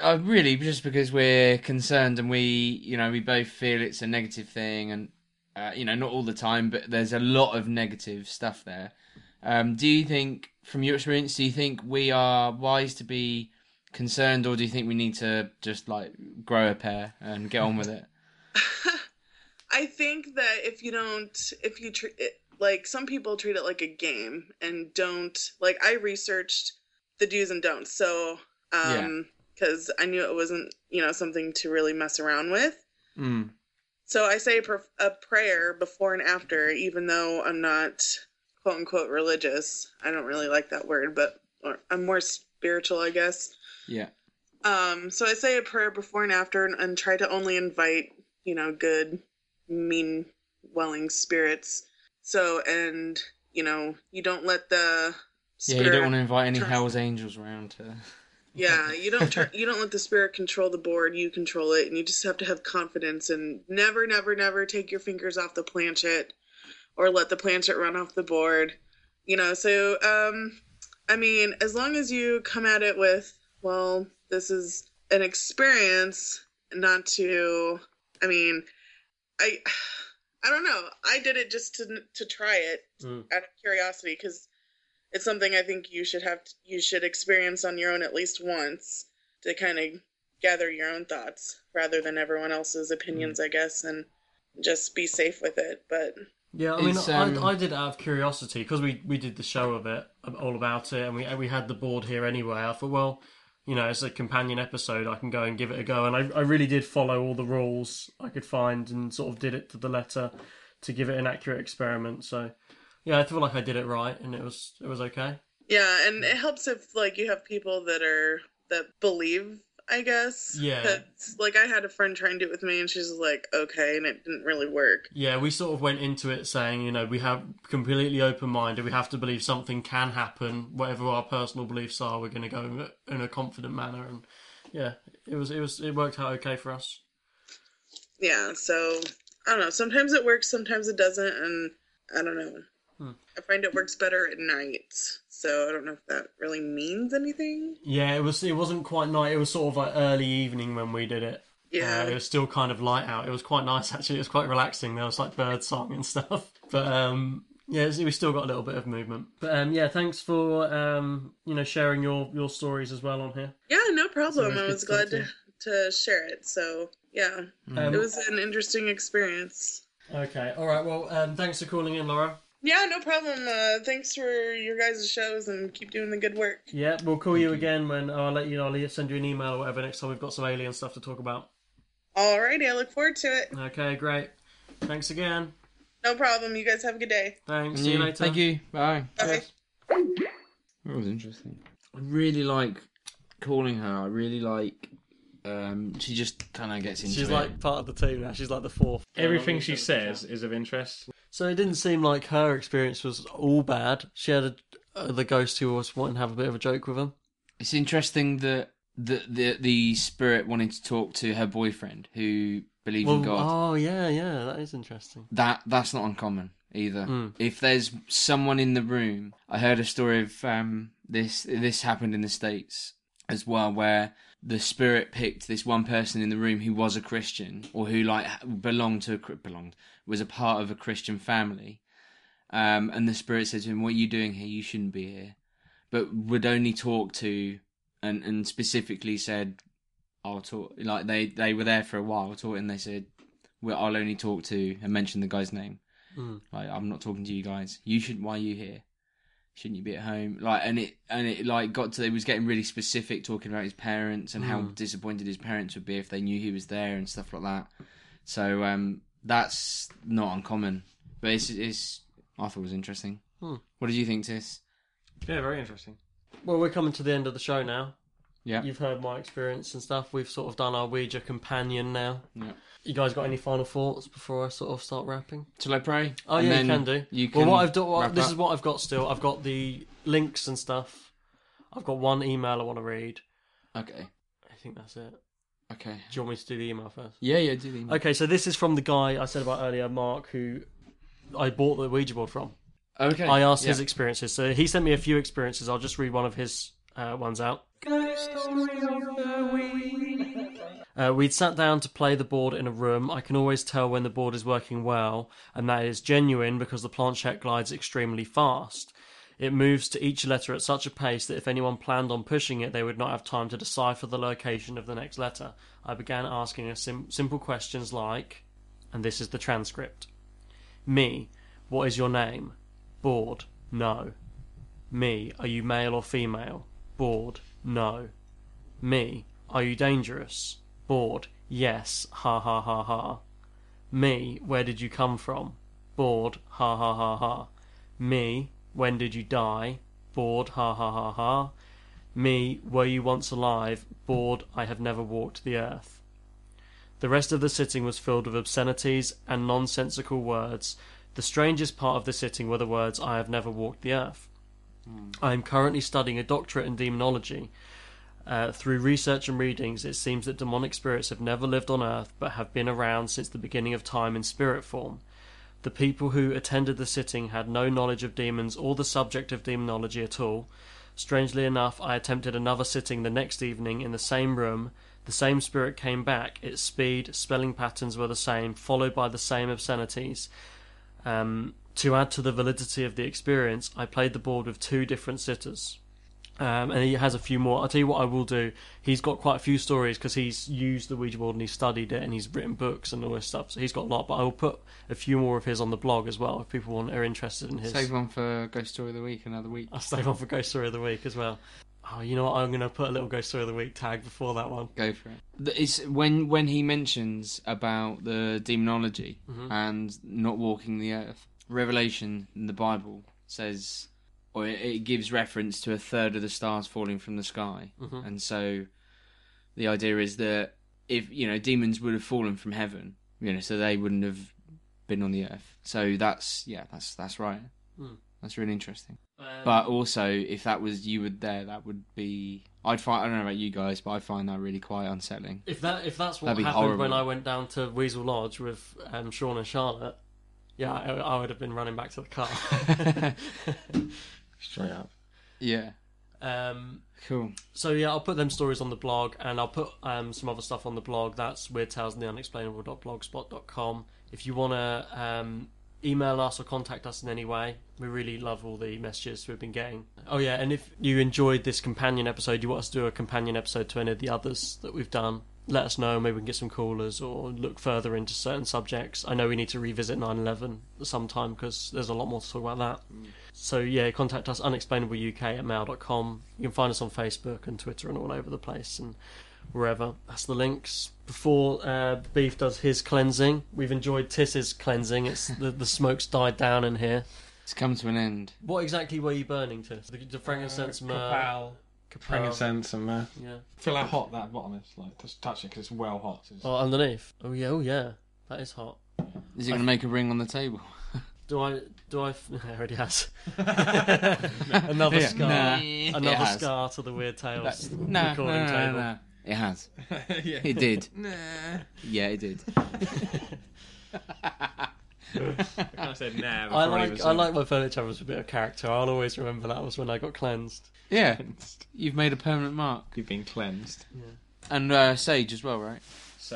Speaker 2: Uh, really, just because we're concerned and we you know we both feel it's a negative thing and Uh, you know, not all the time, but there's a lot of negative stuff there. Um, do you think, from your experience, do you think we are wise to be concerned, or do you think we need to just like grow a pair and get on with it?
Speaker 9: I think that if you don't, if you treat it like some people treat it like a game and don't like, I researched the do's and don'ts, so um, because I knew it wasn't you know something to really mess around with.
Speaker 2: Mm.
Speaker 9: So I say a, pr- a prayer before and after, even though I'm not quote unquote religious. I don't really like that word, but or, I'm more spiritual, I guess.
Speaker 2: Yeah.
Speaker 9: Um, so I say a prayer before and after, and, and try to only invite, you know, good, mean, welling spirits. So, and you know, you don't let the
Speaker 2: Yeah, you don't want
Speaker 9: spirit-
Speaker 2: to invite any
Speaker 9: Sure.
Speaker 2: Hell's Angels around to.
Speaker 9: yeah, you don't try, you don't let the spirit control the board. You control it, and you just have to have confidence and never, never, never take your fingers off the planchet or let the planchet run off the board. You know, so um, I mean, as long as you come at it with, well, this is an experience, not to. I mean, I, I don't know. I did it just to to try it
Speaker 1: Mm.
Speaker 9: out of curiosity because it's something I think you should have you should experience on your own at least once to kind of gather your own thoughts rather than everyone else's opinions, I guess, and just be safe with it. But
Speaker 1: Yeah, I mean,
Speaker 2: It's, um,
Speaker 1: I, I did it out of curiosity because we, we did the show of it, um, all about it, and we we had the board here anyway. I thought, well, you know, it's a companion episode. I can go and give it a go, and I I really did follow all the rules I could find and sort of did it to the letter to give it an accurate experiment. So, yeah, I feel like I did it right, and it was it was okay.
Speaker 9: yeah, and it helps if like you have people that are that believe. I guess.
Speaker 1: Yeah.
Speaker 9: 'Cause, like I had a friend try and do it with me, and she's like, "Okay," and it didn't really work.
Speaker 1: Yeah, we sort of went into it saying, you know, we have completely open minded. We have to believe something can happen, whatever our personal beliefs are. We're going to go in a, in a confident manner, and yeah, it was it was it worked out okay for us.
Speaker 9: yeah so i don't know sometimes it works sometimes it doesn't and i don't know i find it works better at night so i don't know if that really means anything
Speaker 1: Yeah, it was it wasn't quite night. It was sort of like early evening when we did it.
Speaker 9: Yeah.
Speaker 1: Uh, it was still kind of light out. It was quite nice actually. It was quite relaxing. There was like bird song and stuff, but um. Yeah, it's- we still got a little bit of movement, but um, yeah, thanks for um, you know sharing your, your stories as well on here.
Speaker 9: yeah no problem
Speaker 1: Sounds
Speaker 9: i
Speaker 1: good
Speaker 9: was glad to,
Speaker 1: stuff,
Speaker 9: to share it so yeah
Speaker 1: Um,
Speaker 9: it was an interesting experience
Speaker 1: Okay, all right. Well, um, thanks for calling in, Laura.
Speaker 9: yeah no problem uh, thanks for your guys' shows and keep doing the good work
Speaker 1: Yeah, we'll call you again when uh, I'll let you know. I'll send you an email or whatever next time we've got some alien stuff to talk about.
Speaker 9: alrighty i look forward to it
Speaker 1: Okay, great. Thanks again.
Speaker 9: no problem you guys have a good day
Speaker 1: Thanks. See you later.
Speaker 2: Mm-hmm. Thank you. Bye.
Speaker 9: Bye.
Speaker 2: That was interesting. I really like calling her. I really like. Um, she just kind of gets into
Speaker 1: She's
Speaker 2: it.
Speaker 1: like part of the team now. She's like the fourth.
Speaker 3: Everything she says is of interest.
Speaker 1: So it didn't seem like her experience was all bad. She had a, uh, the ghost who always wanted to have a bit of a joke with him.
Speaker 2: It's interesting that the the the spirit wanted to talk to her boyfriend who believes in God.
Speaker 1: oh yeah, yeah, that is interesting.
Speaker 2: that that's not uncommon either. If there's someone in the room, I heard a story of um, this. This happened in the states as well, where the spirit picked this one person in the room who was a Christian or who like belonged to a, Chri- belonged was a part of a Christian family, um, and the spirit said to him, "What are you doing here? You shouldn't be here." But would only talk to and and specifically said, "I'll talk." Like they they were there for a while, taught, and they said, well, I'll only talk to and mention the guy's name.
Speaker 1: Hmm.
Speaker 2: Like I'm not talking to you guys. You shouldn't. Why are you here? Shouldn't you be at home? Like and it and it like got to. It was getting really specific, talking about his parents and
Speaker 1: Hmm.
Speaker 2: how disappointed his parents would be if they knew he was there and stuff like that. So um, that's not uncommon, but it's, it's I thought it was interesting.
Speaker 1: Hmm.
Speaker 2: What did you think, Tis?
Speaker 3: Yeah, very interesting.
Speaker 1: Well, we're coming to the end of the show now.
Speaker 2: Yeah.
Speaker 1: You've heard my experience and stuff. We've sort of done our Ouija companion now.
Speaker 2: Yeah.
Speaker 1: You guys got any final thoughts before I sort of start wrapping?
Speaker 2: Shall I pray?
Speaker 1: Oh
Speaker 2: And
Speaker 1: yeah,
Speaker 2: then
Speaker 1: you can do.
Speaker 2: You
Speaker 1: well,
Speaker 2: can
Speaker 1: what I've done, what,
Speaker 2: wrap
Speaker 1: this
Speaker 2: up.
Speaker 1: is what I've got. Still, I've got the links and stuff. I've got one email I want to read.
Speaker 2: Okay.
Speaker 1: I think that's it. Do
Speaker 2: Okay.
Speaker 1: you want me to do the email first?
Speaker 2: Yeah, yeah. Do the email.
Speaker 1: Okay, so this is from the guy I said about earlier, Mark, who I bought the Ouija board from.
Speaker 2: Okay.
Speaker 1: I asked
Speaker 2: yeah.
Speaker 1: his experiences. So he sent me a few experiences. I'll just read one of his uh, one's out. Uh, we'd sat down to play the board in a room. I can always tell when the board is working well, and that is genuine because the planchette glides extremely fast. It moves to each letter at such a pace that if anyone planned on pushing it, they would not have time to decipher the location of the next letter. I began asking her sim- simple questions like, and this is the transcript Me, what is your name? Bored, no. Me, are you male or female? Bored, no. Me, are you dangerous? Bored, yes, ha ha ha ha. Me, where did you come from? Bored, ha ha ha ha. Me, when did you die? Bored, ha ha ha ha. Me, were you once alive? Bored, I have never walked the earth. The rest of the sitting was filled with obscenities and nonsensical words. The strangest part of the sitting were the words, I have never walked the earth. I am currently studying a doctorate in demonology. Uh, through research and readings, it seems that demonic spirits have never lived on Earth but have been around since the beginning of time in spirit form. The people who attended the sitting had no knowledge of demons or the subject of demonology at all. Strangely enough, I attempted another sitting the next evening in the same room. The same spirit came back. Its speed, spelling patterns were the same, followed by the same obscenities. Um, to add to the validity of the experience, I played the board with two different sitters. Um, and he has a few more. I'll tell you what I will do. He's got quite a few stories because he's used the Ouija board and he's studied it and he's written books and all this stuff. So he's got a lot. But I will put a few more of his on the blog as well if people want are interested in his. Uh.
Speaker 2: Save one for Ghost Story of the Week another week.
Speaker 1: I'll save on for Ghost Story of the Week as well. Oh, you know what? I'm going to put a little Ghost Story of the Week tag before that one.
Speaker 2: Go for it. Th- It's when when he mentions about the demonology
Speaker 1: Mm-hmm.
Speaker 2: and not walking the earth. Revelation in the Bible says, or it, it gives reference to a third of the stars falling from the sky,
Speaker 1: Mm-hmm.
Speaker 2: and so the idea is that if you know demons would have fallen from heaven, you know, so they wouldn't have been on the earth. So that's yeah, that's that's right.
Speaker 1: Hmm.
Speaker 2: That's really interesting. But also, if that was you were there, that would be. I'd find. I don't know about you guys, but I find that really quite unsettling.
Speaker 1: If that if that's what
Speaker 2: That'd be
Speaker 1: happened
Speaker 2: horrible.
Speaker 1: when I went down to Weasel Lodge with um, Sean and Charlotte, yeah, I, I would have been running back to the car.
Speaker 3: Straight up.
Speaker 2: Yeah.
Speaker 1: um,
Speaker 2: Cool.
Speaker 1: so yeah, I'll put them stories on the blog, and I'll put um, some other stuff on the blog. That's weirdtalesandtheunexplainable.blogspot.com. If you want to um, email us or contact us in any way, we really love all the messages we've been getting. Oh yeah, and if you enjoyed this companion episode, you want us to do a companion episode to any of the others that we've done. Let us know. Maybe we can get some callers or look further into certain subjects. I know we need to revisit 9/11 sometime because there's a lot more to talk about that. So yeah, contact us unexplainableuk at mail.com. You can find us on Facebook and Twitter and all over the place and wherever. That's the links. Before uh, Beef does his cleansing, we've enjoyed Tiss's cleansing. It's the, the smoke's died down in here.
Speaker 2: It's come to an end.
Speaker 1: What exactly were you burning, Tiss? The, the frankincense, myrrh,
Speaker 3: Uh, Kapow.
Speaker 1: Kapow.
Speaker 3: Frankincense and uh,
Speaker 1: Yeah.
Speaker 3: feel how hot that bottom is. Like just touch it because it's well hot. So it's-
Speaker 1: Oh, underneath. Oh yeah, oh yeah. That is hot.
Speaker 2: Is it going to make a ring on the table?
Speaker 1: Do I? Do I? F- it already has. Another
Speaker 2: Yeah.
Speaker 1: scar.
Speaker 2: Nah, it
Speaker 1: Another
Speaker 2: has.
Speaker 1: scar to the weird tales
Speaker 2: No, no, no,
Speaker 1: recording
Speaker 2: no,
Speaker 1: table.
Speaker 2: no. It has.
Speaker 3: yeah.
Speaker 2: It did. Yeah, it did.
Speaker 3: I said
Speaker 1: I
Speaker 3: nah. before he
Speaker 1: like
Speaker 3: was
Speaker 1: I
Speaker 3: on.
Speaker 1: like my furniture was a bit of character. I'll always remember that was when I got cleansed.
Speaker 2: Yeah. You've made a permanent mark.
Speaker 3: You've been cleansed.
Speaker 2: And uh, sage as well, right?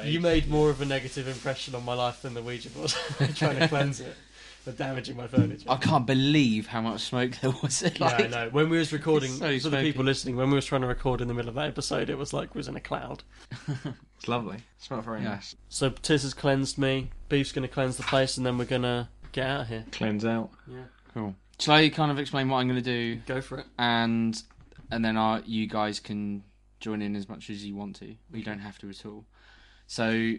Speaker 1: You made more of a negative impression on my life than the Ouija board trying to cleanse it, but damaging my furniture.
Speaker 2: I can't believe how much smoke there was. Like,
Speaker 1: Yeah, I know. When we was recording
Speaker 2: It's so
Speaker 1: for the
Speaker 2: spooky.
Speaker 1: people listening, when we was trying to record in the middle of that episode, it was like we was in a cloud.
Speaker 3: It's lovely. It's not very nice.
Speaker 1: So Tiz has cleansed me. Beef's gonna cleanse the place, and then we're gonna get out of here.
Speaker 3: Cleanse out.
Speaker 2: Cool. Shall I kind of explain what I'm going to do,
Speaker 1: Go for it.
Speaker 2: and and then uh, you guys can join in as much as you want to. You don't have to at all. So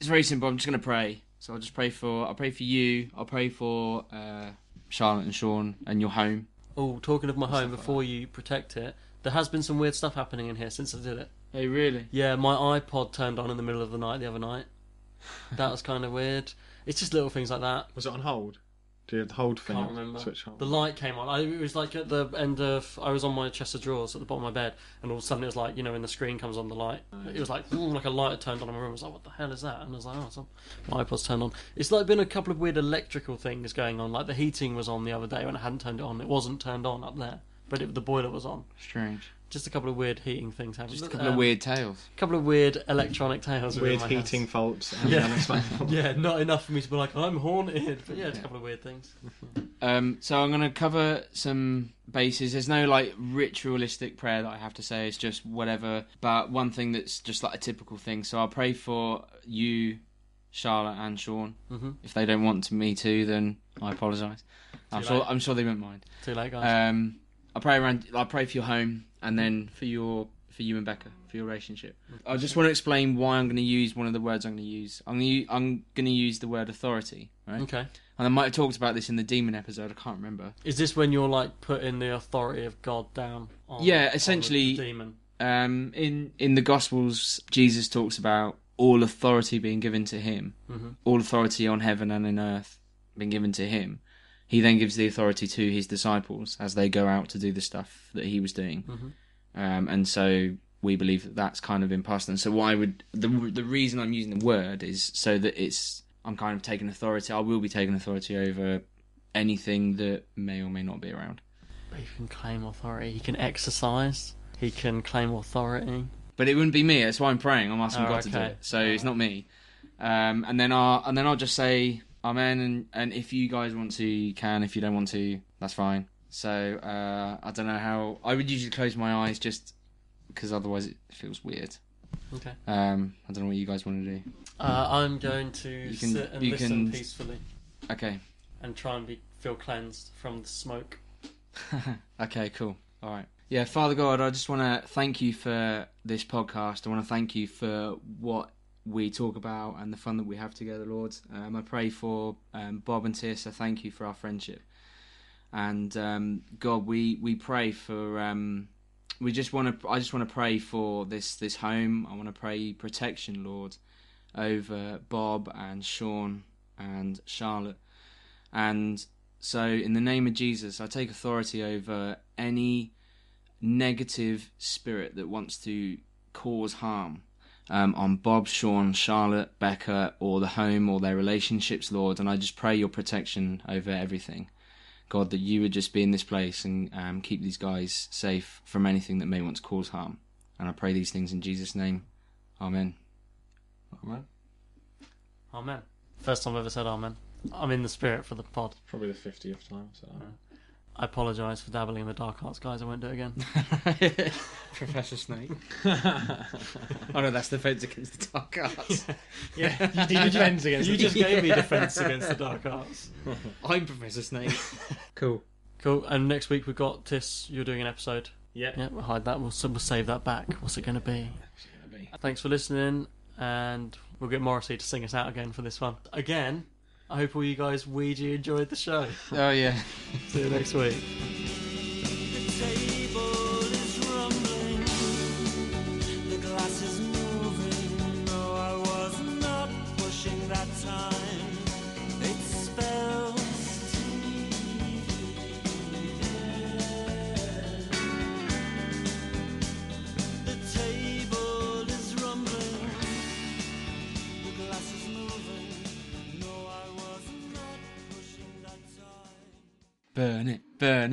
Speaker 2: it's very simple. I'm just going to pray. So I'll just pray for. I'll pray for you. I'll pray for uh, Charlotte and Sean and your home.
Speaker 1: Oh, talking of my home, before you protect it, there has been some weird stuff happening in here since I did it.
Speaker 2: Hey, really?
Speaker 1: Yeah, my iPod turned on in the middle of the night the other night. That was kind of weird. It's just little things like that.
Speaker 3: Was it on hold? Do you have the hold thing?
Speaker 1: Can't
Speaker 3: up?
Speaker 1: remember.
Speaker 3: Switch on.
Speaker 1: The light came on. I, it was like at the end of. I was on my chest of drawers at the bottom of my bed, and all of a sudden it was like you know when the screen comes on the light. It was like boom, like a light had turned on in my room. I was like, what the hell is that? And I was like, oh, some, my iPod's turned on. It's like been a couple of weird electrical things going on. Like the heating was on the other day when I hadn't turned it on. It wasn't turned on up there, but it, the boiler was on.
Speaker 2: Strange.
Speaker 1: Just a couple of weird heating things happened.
Speaker 2: Just a couple of
Speaker 1: Um,
Speaker 2: weird tales.
Speaker 1: couple of weird electronic tales. within
Speaker 3: Weird
Speaker 1: my house.
Speaker 3: heating faults. And
Speaker 1: Yeah.
Speaker 3: the unexplainable.
Speaker 1: Yeah, not enough for me to be like, I'm haunted. But yeah, it's a couple of weird things.
Speaker 2: Um, so I'm going to cover some bases. There's no like ritualistic prayer that I have to say. It's just whatever. But one thing that's just like a typical thing. So I'll pray for you, Charlotte and Sean. Mm-hmm. If they don't want me to, then I apologise. I'm
Speaker 1: Too
Speaker 2: sure.
Speaker 1: late.
Speaker 2: I'm sure they won't mind.
Speaker 1: Too late, guys.
Speaker 2: Um, I pray around. I pray for your home, and then for your for you and Becca for your relationship.
Speaker 1: Mm-hmm.
Speaker 2: I just want to explain why I'm going to use one of the words I'm going to use. I'm going to, I'm going to use the word authority, right?
Speaker 1: okay.
Speaker 2: And I might have talked about this in the demon episode. I can't remember.
Speaker 1: Is this when you're like putting the authority of God down? On,
Speaker 2: Yeah,
Speaker 1: on the
Speaker 2: essentially-
Speaker 1: demon.
Speaker 2: um, in in the Gospels, Jesus talks about all authority being given to him, all authority on heaven and in earth being given to him. He then gives the authority to his disciples as they go out to do the stuff that he was doing, um, and so we believe that that's kind of been passed. And so, why would the the reason I'm using the word is so that it's I'm kind of taking authority. I will be taking authority over anything that may or may not be around.
Speaker 1: But he can claim authority. He can exercise. He can claim authority.
Speaker 2: but it wouldn't be me. That's why I'm praying. I'm asking
Speaker 1: Oh,
Speaker 2: God to do
Speaker 1: okay.
Speaker 2: it. So it's not me. Um, and then I'll and then I'll just say Amen. And, and if you guys want to, you can. If you don't want to, that's fine. So uh, I don't know how. I would usually close my eyes just because otherwise it feels weird.
Speaker 1: Okay.
Speaker 2: Um, I don't know what you guys want to do.
Speaker 1: Uh, I'm going to
Speaker 2: can-
Speaker 1: sit and
Speaker 2: you
Speaker 1: listen
Speaker 2: can-
Speaker 1: peacefully
Speaker 2: Okay.
Speaker 1: and try and be feel cleansed from the smoke.
Speaker 2: Okay, cool. All right. Yeah, Father God, I just want to thank you for this podcast. I want to thank you for what we talk about and the fun that we have together, Lord. Um, I pray for um, Bob and Tissa. Thank you for our friendship. And um, God, we we pray for. Um, we just want to. I just want to pray for this this home. I want to pray protection, Lord, over Bob and Sean and Charlotte. And so, in the name of Jesus, I take authority over any negative spirit that wants to cause harm um, on Bob, Sean, Charlotte, Becca, or the home or their relationships, Lord. And I just pray your protection over everything. God, that you would just be in this place and um, keep these guys safe from anything that may want to cause harm. And I pray these things in Jesus' name. Amen.
Speaker 3: Right.
Speaker 1: Amen. First time I've ever said amen. I'm in the spirit for the pod.
Speaker 3: Probably the 50th time. So.
Speaker 1: I apologise for dabbling in the dark arts, guys. I won't do it again.
Speaker 2: Professor Snake. oh no, that's the fence against the dark arts.
Speaker 3: Yeah, you did defense against
Speaker 1: you just gave me defence against the dark arts.
Speaker 2: I'm Professor Snake. cool.
Speaker 1: Cool. And next week we've got Tis. You're doing an episode.
Speaker 3: Yeah.
Speaker 1: Yeah, we'll hide that. We'll, s- we'll save that back. What's it going to be? Thanks for listening, and we'll get Morrissey to sing us out again for this one. Again, I hope all you guys Ouija enjoyed the show.
Speaker 2: Oh yeah.
Speaker 1: See you next week.
Speaker 2: Burn it, burn